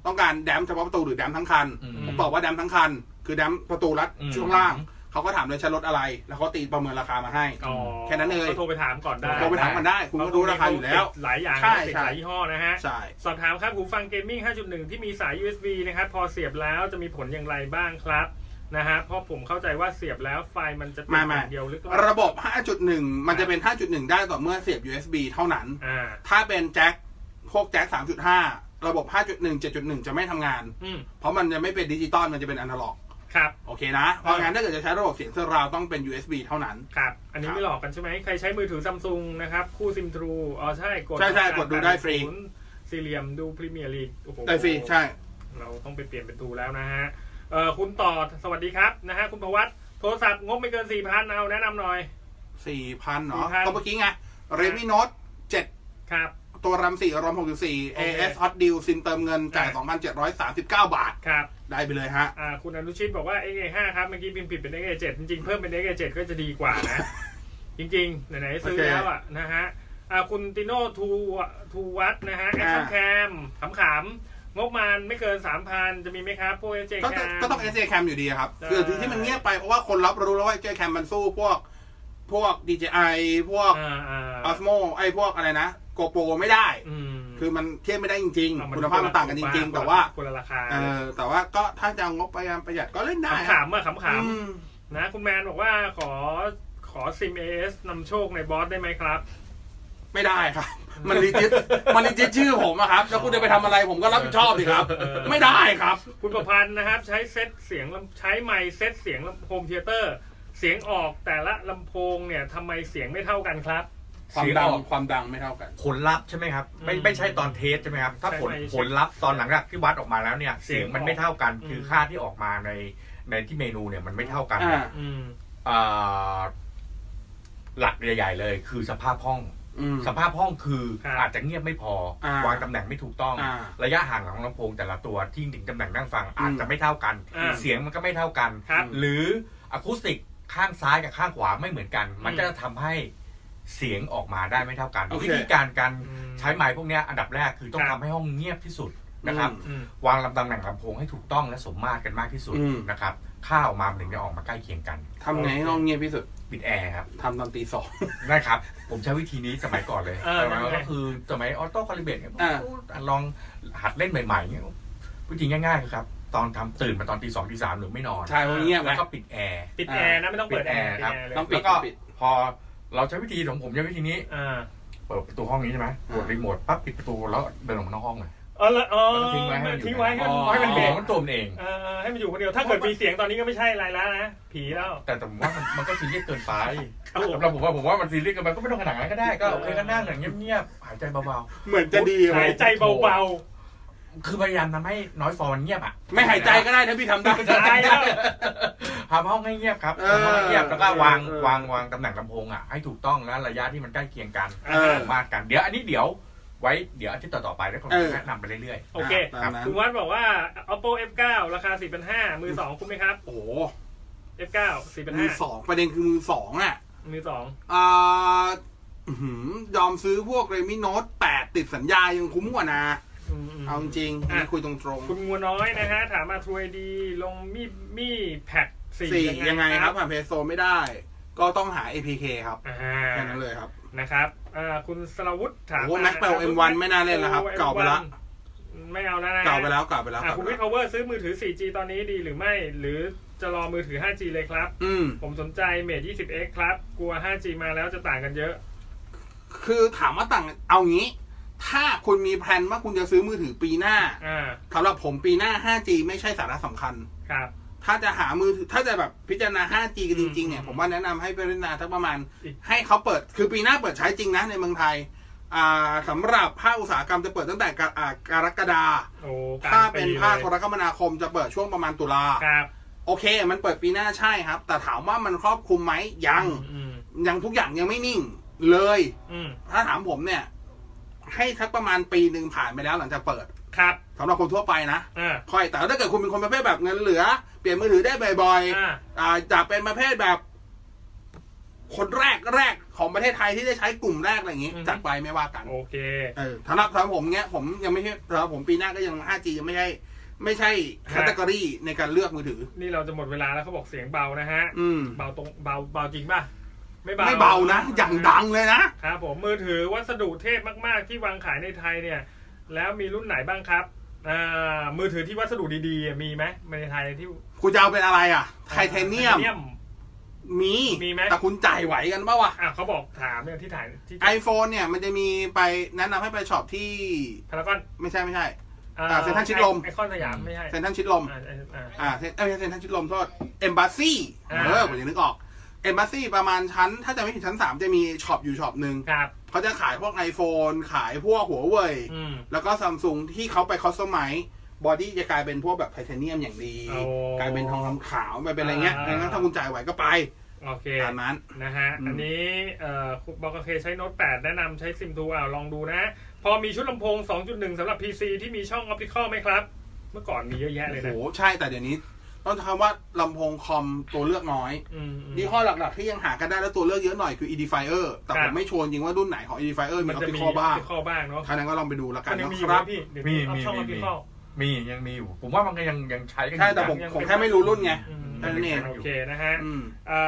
Speaker 3: ต้องการแดมเฉพาะประตูหรือแดมทั้งคัน
Speaker 6: อืม
Speaker 3: ผมตอบว่าแดมทั้งคัน คือแดมประตูรัด
Speaker 6: อืม
Speaker 3: ช่วงล่างเขาก็ถามเลยใช้รถอะไร แล้วเขาตีประเมินราคามาให้
Speaker 4: อ๋อ
Speaker 3: แค่นั้นเลย
Speaker 4: ก็โทรไปถามก่อนได้
Speaker 3: โทรไปถามมันได้ คุณก็รู้ราคาอยู่แล้ว
Speaker 4: หลายอย่าง
Speaker 3: ใช่
Speaker 4: ติด
Speaker 3: ใช่
Speaker 4: หลายยี่ห้อนะฮะ
Speaker 3: ใช่
Speaker 4: สอบถามครับหูฟังเกมมิ่ง 5.1 ที่มีสาย USB นะครับ พอเสียบแล้วจะมีผลอย่างไรบ้างครับ นะฮะเพราะผมเข้าใจว่าเสียบแล้วไฟล์มันจะติด
Speaker 3: ไม่ไม่
Speaker 4: อย่างเดียวหรือเปล่า
Speaker 3: ระบบ 5.1 มันจะเป็น 5.1 ได้ต่อเมื่อเสียบ USB เท่านั้น
Speaker 4: อ่า
Speaker 3: ถ้าเป็นแจ็คพวกแจ็ค3.5 ระบบ 5.1 7.1 จะไม่ทำงาน
Speaker 4: อืม
Speaker 3: เพราะมันจะไม่เป็นดิจิตอลมันจะเป็นอนาล็อก
Speaker 4: ครับ
Speaker 3: โอเคนะ เพราะงั้นถ้าเกิดจะใช้ระบบเสียงเซอร์ราวด์ต้องเป็น USB เท่านั้น
Speaker 4: ครับ อันนี้
Speaker 3: ครับ
Speaker 4: ไม่หลอกกันใช่ไหม ใครใช้มือถือซัมซุงนะครับ คู่ซิมทรูอ๋อใช่ กด
Speaker 3: ใช่ใช่กดดูได้ฟรี
Speaker 4: ศูนย์สี่เหลี่ยมดูพรีเมียร์ลีกโอ้โห
Speaker 3: ได้ฟรีใช่
Speaker 4: เราต้องไปเปลี่ยนเป็นทูแล้วนะฮะเอ่อคุณต่อสวัสดีครับนะฮะคุณประวัติโทรศัพท์งบไม่เกินสี่พันเอาแนะนำหน่อย
Speaker 3: 4,000เนาะ
Speaker 4: 4,000
Speaker 3: ก็เมื่อกี้ไง Redmi Note 7
Speaker 4: ครับ
Speaker 3: ตัวร a m 4รอม64
Speaker 4: โอเค
Speaker 3: AS Hot Deal ซิมเติมเงินจ่าย 2,739 บาท
Speaker 4: ครับ
Speaker 3: ได้ไปเลยฮะ
Speaker 4: อ่าคุณอนุชิตบอกว่า XA5 ครับ เมื่อกี้พิมพ์ผิดเป็น XA7 จริงๆ เพิ่มเป็น XA7 ก็จะดีกว่านะ จริงๆ ไหนๆ ซื้อ
Speaker 3: โอเค
Speaker 4: แล้วอ่ะนะฮะอ่าคุณติโน่ทูทูวัตนะฮะแอค
Speaker 3: อ่า
Speaker 4: ชั่นแคมขำๆงบมันไม่เกิน 3,000 จะมีไหมครับ พวก XA
Speaker 3: ก็
Speaker 4: แค
Speaker 3: จะ
Speaker 4: ม
Speaker 3: ก็ต้อง SA Cam อยู่ดีครับ
Speaker 4: ได้
Speaker 3: คือที่มันเงียบไปเพราะว่าคนรับรู้แล้วว่า SA Cam มันสู้พวก พวก DJI พวก
Speaker 4: อ่าอ่า
Speaker 3: Osmo ไอ้พวกอะไรนะ GoPro ไม่ได้
Speaker 4: อืม
Speaker 3: คือมันเทียบไม่ได้จริง
Speaker 4: เอ
Speaker 3: ๆ คุณภาพมันต่างกันจริง ๆ แต่ว่า
Speaker 4: คนละราคา
Speaker 3: เออแต่ว่าก็ถ้าจะเอางบประหยัดประหยัดก็เล่นได้
Speaker 4: ขำๆอ่ะข
Speaker 3: อื
Speaker 4: ำ
Speaker 3: ม
Speaker 4: ๆนะคุณแมนบอกว่าขอขอซิม AS นำโชคในบอสได้ไหมครับ
Speaker 3: ไม่ได้ครับ มันรีจิตมันรีจิตชื่อผมอะครับ แล้วคุณจะไปทำอะไรผมก็รับผิดชอบสิครับ
Speaker 4: เออ
Speaker 3: ไม่ได้ครับ
Speaker 4: คุณประพันธ์นะครับ ใช้เซตเสียงลำใช้ไมค์เซตเสียงโฮมเทเตอร์ เสียงออกแต่ละลำโพงเนี่ยทำไมเสียงไม่เท่ากันครับ
Speaker 3: ความ
Speaker 6: เสียง
Speaker 3: ดัง
Speaker 6: ออก
Speaker 3: ความดังไม่เท่ากัน
Speaker 6: ผลลัพธ์ใช่ไหมครับ ไม่
Speaker 4: อืม
Speaker 6: ไม่ใช่ตอนเทสใช่ไหมครับ ถ้าผล
Speaker 4: ใช่ใช่
Speaker 6: ผลลัพธ์ตอนหลังจากที่วัดออกมาแล้วเนี่ย เสียงมันไม่เท่ากัน
Speaker 4: อืม
Speaker 6: คือค่าที่ออกมาในในที่เมนูเนี่ยมันไม่เท่ากัน
Speaker 3: อ่า
Speaker 4: อืม
Speaker 6: เอ่อหลักใหญ่ๆเลย คือสภาพห้อง
Speaker 3: อืม
Speaker 6: สภาพห้องคือ
Speaker 4: ครับ
Speaker 6: อาจจะเงียบไม่พออา วางตำแหน่งไม่ถูกต้อง
Speaker 3: อ่า
Speaker 6: ระยะห่างของลำโพงแต่ละตัวที่ถึงตำแหน่งนั่งฟัง อาจ
Speaker 3: อื
Speaker 6: จะ
Speaker 3: ม
Speaker 6: ไม่เท่ากัน
Speaker 4: อ่า
Speaker 6: เสียงมันก็ไม่เท่ากัน
Speaker 4: ครับ
Speaker 6: หรืออะคูสติกข้างซ้ายกับข้างขวาไม่เหมือนกัน มัน
Speaker 4: อืม
Speaker 6: ก็จะทำให้เสียงออกมาได้ไม่เท่ากัน
Speaker 3: โอเค
Speaker 6: วิธีการการ
Speaker 4: อืม
Speaker 6: ใช้ไม้พวกเนี้ยอันดับแรกคือต้อง
Speaker 4: ครั
Speaker 6: ทำ
Speaker 4: บ
Speaker 6: ให้ห้องเงียบที่สุดนะครับ
Speaker 3: อืม
Speaker 4: อืม
Speaker 6: วางลำตำแหน่งลำโพงให้ถูกต้องและสมมาตรกันมากที่สุด
Speaker 3: อืม
Speaker 6: นะครับ ค่าออกมาหนึ่งจะออกมาใกล้เคียงกัน
Speaker 3: ทำไงให้ห้องเงียบที่สุด
Speaker 6: ปิดแอร์ครับ
Speaker 3: ทำตอนตีสอง
Speaker 6: ได้ครับ ผมใช้วิธีนี้สมัยก่อนเลย
Speaker 4: เออ
Speaker 6: สมัยก่อ
Speaker 4: ยั
Speaker 6: น
Speaker 4: งไง
Speaker 6: ก็คือสมัยออโต้คาลิเบตเนี่ย
Speaker 3: อ่า
Speaker 6: ลองหัดเล่นใหม่ๆเนี่ยวิธีง่ายๆคือครับ ตอนทำตื่นมาตอนตีสองตีสามหรือไม่นอน
Speaker 3: ใช่เพราะเงียบไง
Speaker 6: แล้วก็ปิดแอร์
Speaker 4: ปิดแอร์นะไม่ต้องเปิดแอร์
Speaker 6: ปิดแอร์ครับ
Speaker 4: เลย
Speaker 3: ต้อง ปิด
Speaker 6: แล้วก็
Speaker 3: ปิด
Speaker 6: พอเราใช้วิธีของผมใช้วิธีนี้
Speaker 4: อ่า
Speaker 6: เปิดประตูห้องนี้ใช่ไหมกดรีโมทปั๊บปิดประตูแล้วเดินออกมานอกห้องเลย
Speaker 4: เออเออ
Speaker 6: แล้วทิ้งไว้ให้
Speaker 4: มั
Speaker 6: มัน นอยู่
Speaker 4: ทิ้งไว้ให้มัน
Speaker 3: อ๋อ
Speaker 6: ให้มัน
Speaker 4: เบ
Speaker 6: เบ
Speaker 4: ร
Speaker 6: ร
Speaker 4: ก
Speaker 6: กมันตัวมันเอง
Speaker 4: เออให้มันอยู่คนเดียวถ้าเกิดมีเสียงตอนนี้ก็ไม่ใช่อะไรแล้วนะผีแล้ว
Speaker 6: แต่แต่ผมว่ามันมันก็ซีเรียสเกินไป
Speaker 4: โอ้โห
Speaker 6: สำหรับผมว่าผมว่ามันซีเรียสเกินไปก็ไม่ต้องขนาดนั้นก็ได้ก็โอเคก็นั่งอย่างเงียบๆหายใจเบาๆ
Speaker 3: เหมือนจะดีเล
Speaker 4: หาย ยใจเบา
Speaker 6: คือพยายามทำให้น้อยฟอร์มันเงียบอ่ะ
Speaker 3: ไม่หายใจก็ได้ถ้าพี่ทำได้
Speaker 4: ๆตายแล้ว
Speaker 6: ทำห้องให้เงียบครับ
Speaker 3: เออ
Speaker 6: ทำห้องให้เงียบแล้วก็วาง
Speaker 3: เออ
Speaker 6: วางวางตำแหน่งลำโพงอ่ะให้ถูกต้องและระยะที่มันใกล้เคียงกัน
Speaker 3: เออ
Speaker 6: มากกันเดี๋ยวอันนี้เดี๋ยวไว้เดี๋ยวอาทิตย์ต่อๆไปแล้วก็
Speaker 3: เออ
Speaker 6: แนะนำไปเรื่อย
Speaker 4: โอเค
Speaker 3: ตามนั้น
Speaker 4: คุณวัดบอกว่า oppo f9 ราคา4,500มือสองคุ้มไหมครับ
Speaker 3: โอ้โห
Speaker 4: f9
Speaker 3: มือส
Speaker 4: 4,500
Speaker 3: องประเด็นคือมือสองอ่ะ
Speaker 4: มือสอง
Speaker 3: อ่าอื้อหือยอมซื้อพวกเรมิโนตแปดติดสัญญายังคุ้มกว่านะ
Speaker 4: อืมๆ
Speaker 3: เอาจริงๆ
Speaker 4: อ่ะ
Speaker 3: นี่คุยตรง
Speaker 4: คุณงัวน้อยนะฮะ ถามมาทรวยดีลงมีมีแพ็ค
Speaker 3: ๆ
Speaker 4: สี่
Speaker 3: สี่ยังไงครับผ่านเพโซไม่ได้ ก็ต้องหา APK ครับ
Speaker 4: อ่า
Speaker 3: แค่นั้นเลยครับ
Speaker 4: นะครับอ่าคุณสราวุธถาม
Speaker 3: โอ้ Mac
Speaker 4: ะ
Speaker 3: Pro M1 ไม่น่าเล่นแล้วครับ
Speaker 4: โอ้ M1
Speaker 3: เก่าไปละ
Speaker 4: ไม่เอาแล้วนะฮะ
Speaker 3: เก่าไปแล้วเก่าไปแล้ว
Speaker 4: อ่า
Speaker 3: เก่า
Speaker 4: คุณ
Speaker 3: ไป
Speaker 4: วิท
Speaker 3: แล้ว
Speaker 4: พาวเวอร์ซื้อมือถือ 4G ตอนนี้ดีหรือไม่ หรือจะรอมือถือ 5G เลยครับ
Speaker 3: อืม
Speaker 4: ผมสนใจเมท 20x ครับ กลัว 5G มาแล้วจะต่างกันเยอะ
Speaker 3: คือถามว่าต่างเอางี้ ถ้าคุณมีแพลนว่าคุณจะซื้อมือถือปีหน้า
Speaker 4: อ่า
Speaker 3: สำหรับผมปีหน้า 5G ไม่ใช่สาระสำคัญ
Speaker 4: ครับ
Speaker 3: ถ้าจะหามือถือถ้าจะแบบพิจารณา 5G กันจริงๆเนี่ย
Speaker 4: อืม
Speaker 3: ผมว่าแนะนำให้พิจารณาทักประมาณ
Speaker 4: อีก
Speaker 3: ให้เขาเปิดคือปีหน้าเปิดใช้จริงนะในเมืองไทย อ่าสำหรับภาคอุตสาหกรรมจะเปิดตั้งแต่กรอ่ากรกฎา
Speaker 4: โอ้กลง
Speaker 3: ถ้าเป็นภาคโท
Speaker 4: ลย
Speaker 3: รคมนาคมจะเปิดช่วงประมาณตุลา
Speaker 4: ครับ
Speaker 3: โอเค มันเปิดปีหน้าใช่ครับ แต่ถามว่ามันครอบคลุมไหมยัง
Speaker 4: อืม
Speaker 3: ยังทุกอย่างยังไม่นิ่งเลย
Speaker 4: อืม
Speaker 3: ถ้าถามผมเนี่ย ให้ทักประมาณปีหนึ่งผ่านไปแล้วหลังจากเปิด
Speaker 4: ครับ
Speaker 3: สำหรับคนทั่วไปนะ
Speaker 4: อ่า
Speaker 3: ค่อยแต่ถ้าเกิดคุณเป็นคนประเภทแบบเงินเหลือ เปลี่ยนมือถือได้บ่อยๆ
Speaker 4: อ่า
Speaker 3: อ่าจะเป็นประเภทแบบ คนแรกแรกของประเทศไทยที่ได้ใช้กลุ่มแรกอะไรอย่างนี้
Speaker 4: อือฮึ
Speaker 3: จัดไปไม่ว่ากัน
Speaker 4: โอเค
Speaker 3: เออสำหรับสำหรับผมเนี้ยผมยังไม่ใช่สำหรับผมปีหน้าก็ยัง 5G ยังไม่ใช่ ไม่ใช่
Speaker 4: ครั
Speaker 3: คั
Speaker 4: บ
Speaker 3: ตตากรีในการเลือกมือถือ
Speaker 4: นี่เราจะหมดเวลาแล้วเขาบอกเสียงเบานะฮะ
Speaker 3: อืม
Speaker 4: เบาตรงเบาเบาจริงป่ะ ไม่เบา
Speaker 3: ไม่เบานะ อย่างดังเลยนะ
Speaker 4: ครับผมมือถือวัสดุเทพมากๆ ที่วางขายในไทยเนี่ย แล้วมีรุ่นไหนบ้างครับอ่ามือถือที่วัสดุดีๆ มีไหมในไทยที่
Speaker 3: คุณจะเอาเป็นอะไรอ่ะ ไทเทเนียม
Speaker 4: เนียม
Speaker 3: มี
Speaker 4: มีไหม
Speaker 3: แต่คุณจ่ายไหวกันปะวะ
Speaker 4: อ่ะเขาบอกถามเนี่ยที่ถ่ายที่
Speaker 3: ไอโฟนเนี่ยมันจะมีไปแนะนำให้ไปช็อปที่
Speaker 4: พารากอน
Speaker 3: ไม่ใช่ไม่ใช่
Speaker 4: อ่า
Speaker 3: อ่าเซ็นทรัลชิดลม
Speaker 4: ไอคอนสยามไม่ใช่
Speaker 3: เซนทรัลชิดลม
Speaker 4: อ่าอ่า
Speaker 3: อ่าเซนเอ้ยไม่ใช่เซนทรัลชิดลมโทษเอมบาซี่
Speaker 4: อ่า
Speaker 3: เออผมยังนึกออกเอมบาซี่ประมาณชั้น ถ้าจะไม่ผิดชั้นสามจะมีช็อปอยู่ช็อปหนึ่ง
Speaker 4: ครับ
Speaker 3: เขาจะขายพวก iPhone ขายพวกหัวเว่ย
Speaker 4: อืม
Speaker 3: แล้วก็ซัมซุงที่เขาไปคอสตอมไมบอดี้จะกลายเป็นพวกแบบไทเทเนียมอย่างดี
Speaker 4: โอ้
Speaker 3: กลายเป็นทองคำขาวไปเป็นอะไรเงี้ย
Speaker 4: อ่า
Speaker 3: ดังนั้นถ้าคุณจ่ายไหวก็ไป
Speaker 4: โอเค
Speaker 3: ตามนั้น
Speaker 4: นะฮะ
Speaker 3: อืม
Speaker 4: อันนี้เอ่อคุณบอกเคใช้โน้ต8 แนะนำใช้ซิมทูอ่าวลองดูนะ พอมีชุดลำโพง 2.1สำหรับ PC ที่มีช่องออปติคอลไหมครับ เมื่อก่อนมีเยอะแยะเลย
Speaker 3: โอ้
Speaker 4: นะ
Speaker 3: โหใช่แต่เดี๋ยวนี้ ต้องใช้คำว่าลำโพงคอมตัวเลือกน้อย
Speaker 4: อืมอืม
Speaker 3: ยี่ห้อหลักๆที่ยังหากันได้แล้วตัวเลือกเยอะหน่อยคือ Edifier แต่
Speaker 4: ค
Speaker 3: ผ
Speaker 4: รับ
Speaker 3: มไม่ชัวร์จริงว่ารุ่นไหนของ Edifier มีอ
Speaker 4: มั
Speaker 3: อนป
Speaker 4: จะ
Speaker 3: ติ
Speaker 4: มี
Speaker 3: ค
Speaker 4: อ
Speaker 3: อ
Speaker 4: อป
Speaker 3: บ้าง
Speaker 4: ติคอลบ้างเนาะ
Speaker 3: ท่านั้นก็ลองไปดูแล้วกั
Speaker 4: มัน นยั
Speaker 3: นะ
Speaker 4: ง
Speaker 3: ค
Speaker 4: มีอยู่
Speaker 3: รับ
Speaker 4: นะพี่เดี๋ยวมี
Speaker 6: มีมี
Speaker 4: ช่องออป
Speaker 6: มี
Speaker 4: ติคอล
Speaker 6: มียังมีอยู่ ผมว่ามันก็ยังยังใช้กันอยู่
Speaker 3: ใช่แต่ผม
Speaker 6: นะ
Speaker 3: แค่ไม่รู้รุ่นไง
Speaker 4: อืม
Speaker 3: แค่นั้นเอง
Speaker 4: โอเคนะฮะ
Speaker 3: อืม
Speaker 4: เอ่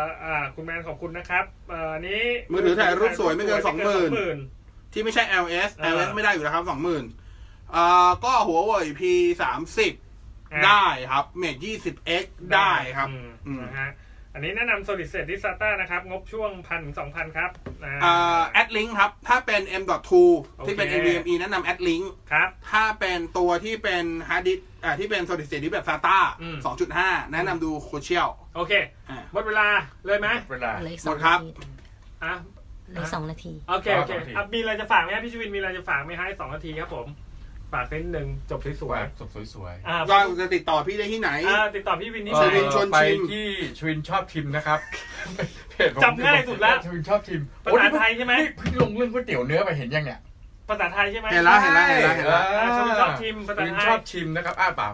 Speaker 4: ออ่าคุณแมนขอบคุณนะครับเอ่ออันนี้
Speaker 3: มือถือถ่ายรูปสวยไม่เกิน20,000
Speaker 4: น
Speaker 3: ที่ไม่ใช่ LS
Speaker 4: อ่า
Speaker 3: LS ไม่ได้อยู่แล้วครับสองหมื่นอ่าก็หัวเว่ย P สามสิบ
Speaker 4: อ่ะ
Speaker 3: ได้ครับ Mate ยี่สิบ X ได้ครับ
Speaker 4: อืม
Speaker 3: อืม
Speaker 4: นะฮะ อันนี้แนะนำ Solid State Distata นะครับ งบช่วงพันสองพันครับอ่า
Speaker 3: อ่า Adlink ครับ ถ้าเป็น M.2 ที่เป็น
Speaker 4: โอเค
Speaker 3: NVMe แนะนำ Adlink
Speaker 4: ครับ
Speaker 3: ถ้าเป็นตัวที่เป็นฮาร์ดดิสก์อ่าที่เป็น solid state ที่แบบ SATA
Speaker 4: อืม
Speaker 3: 2.5 แนะนำดู Crucial
Speaker 4: โอเค
Speaker 3: อ่า
Speaker 4: หมดเวลาเลยไหม
Speaker 6: เวลา
Speaker 5: เหลืออีก
Speaker 3: หม
Speaker 5: สอ
Speaker 3: ด
Speaker 5: ง
Speaker 3: ครั
Speaker 5: นา
Speaker 3: บ
Speaker 5: ที
Speaker 4: อ่ะ
Speaker 5: เหลืออกสองนาที
Speaker 4: โอเค โอเค
Speaker 6: สองนาที
Speaker 4: อ่ะมีอะไรจะฝากไหมฮะพี่ชวิน มีอะไรจะฝากไหมฮะสองนาทีครับผม ฝากเส้นหนึ่งจบสวย
Speaker 6: จบสวย
Speaker 4: ๆอ่า
Speaker 3: ก็จะติดต่อพี่ได้ที่ไหน
Speaker 4: อ่าติดต่อพี่วิน
Speaker 6: ๆ
Speaker 4: นี่
Speaker 3: ช
Speaker 4: ไห
Speaker 3: วิ
Speaker 4: น
Speaker 3: น ชวนชิม
Speaker 6: ไปที่ชวินชอบชิมนะครับเพจผม
Speaker 4: จำง่ายสุดละ
Speaker 6: ชวินชอบชิม
Speaker 4: ภาษา
Speaker 6: โอ้นี่
Speaker 4: ไทยใช่ไหม
Speaker 6: นี่เพิ่งลงเรื่องก๋วยเตี๋ยวเนื้อไปเห็นยังเนี่ย
Speaker 4: ภาษาไทยใช่ไหม
Speaker 3: เห็นแล้ว เห็นแล้วเห็นแล้ว
Speaker 4: อ่าชวินชอบชิมภาษาไทย
Speaker 6: ชวินชอบชิมนะครับอ้าเปล่า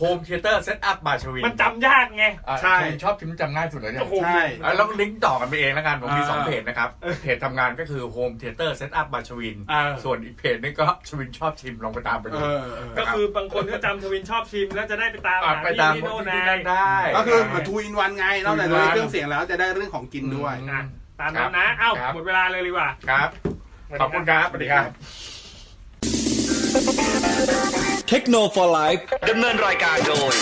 Speaker 6: โฮมเทเตอร์เซตอัพบาชวิน
Speaker 4: มันจำยากไง
Speaker 6: อ่า
Speaker 3: ใช่
Speaker 6: ชวินชอบชิมจำง่ายสุดเลยเนี่ย
Speaker 4: โอ้โห
Speaker 3: ใช่
Speaker 6: อ่ะแล้วลิงก์ต่อกันไปเองแล้วกัน ผมมี
Speaker 3: อ่า
Speaker 6: สองเพจนะครับ เพจทำงานก็คือ Home Theater Setup บาชวิน
Speaker 3: อ่า
Speaker 6: ส่วนอีกเพจนึงก็ชวินชอบชิมลองไปตามไป
Speaker 3: เอ
Speaker 6: ดู
Speaker 3: อเออ
Speaker 4: ก็คือบางคนก็จำชวินชอบชิม แล้วจะได้ไปตาม
Speaker 6: อ่ะ
Speaker 4: หา
Speaker 6: ไป
Speaker 4: พี่
Speaker 6: ตาม
Speaker 4: ที่
Speaker 6: พว
Speaker 4: โน่
Speaker 6: ก
Speaker 4: น
Speaker 6: ที่
Speaker 4: นา
Speaker 6: นั่
Speaker 4: ย
Speaker 6: นได้
Speaker 3: ก็คือเหมือนทูอินวันไงนอกจากได้
Speaker 6: two in one
Speaker 3: เครื่องเสียงแล้วจะได้เรื่องของกินด้วย
Speaker 6: อืม
Speaker 4: อ่ะตามนั้นนะ เอ้า
Speaker 6: ครับ
Speaker 4: หมดเวลาเลยดีกว่า
Speaker 6: ครับ ขอบคุณครับ สวัสดีครับ
Speaker 1: เทคโนโลยี
Speaker 2: ดำเนินรายการโดย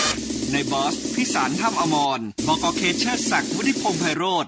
Speaker 1: ในบอสพิสารถ้ำอมรบอกอเคเชอร์ศักดิ์วุฒิพงษ์ไพโรธ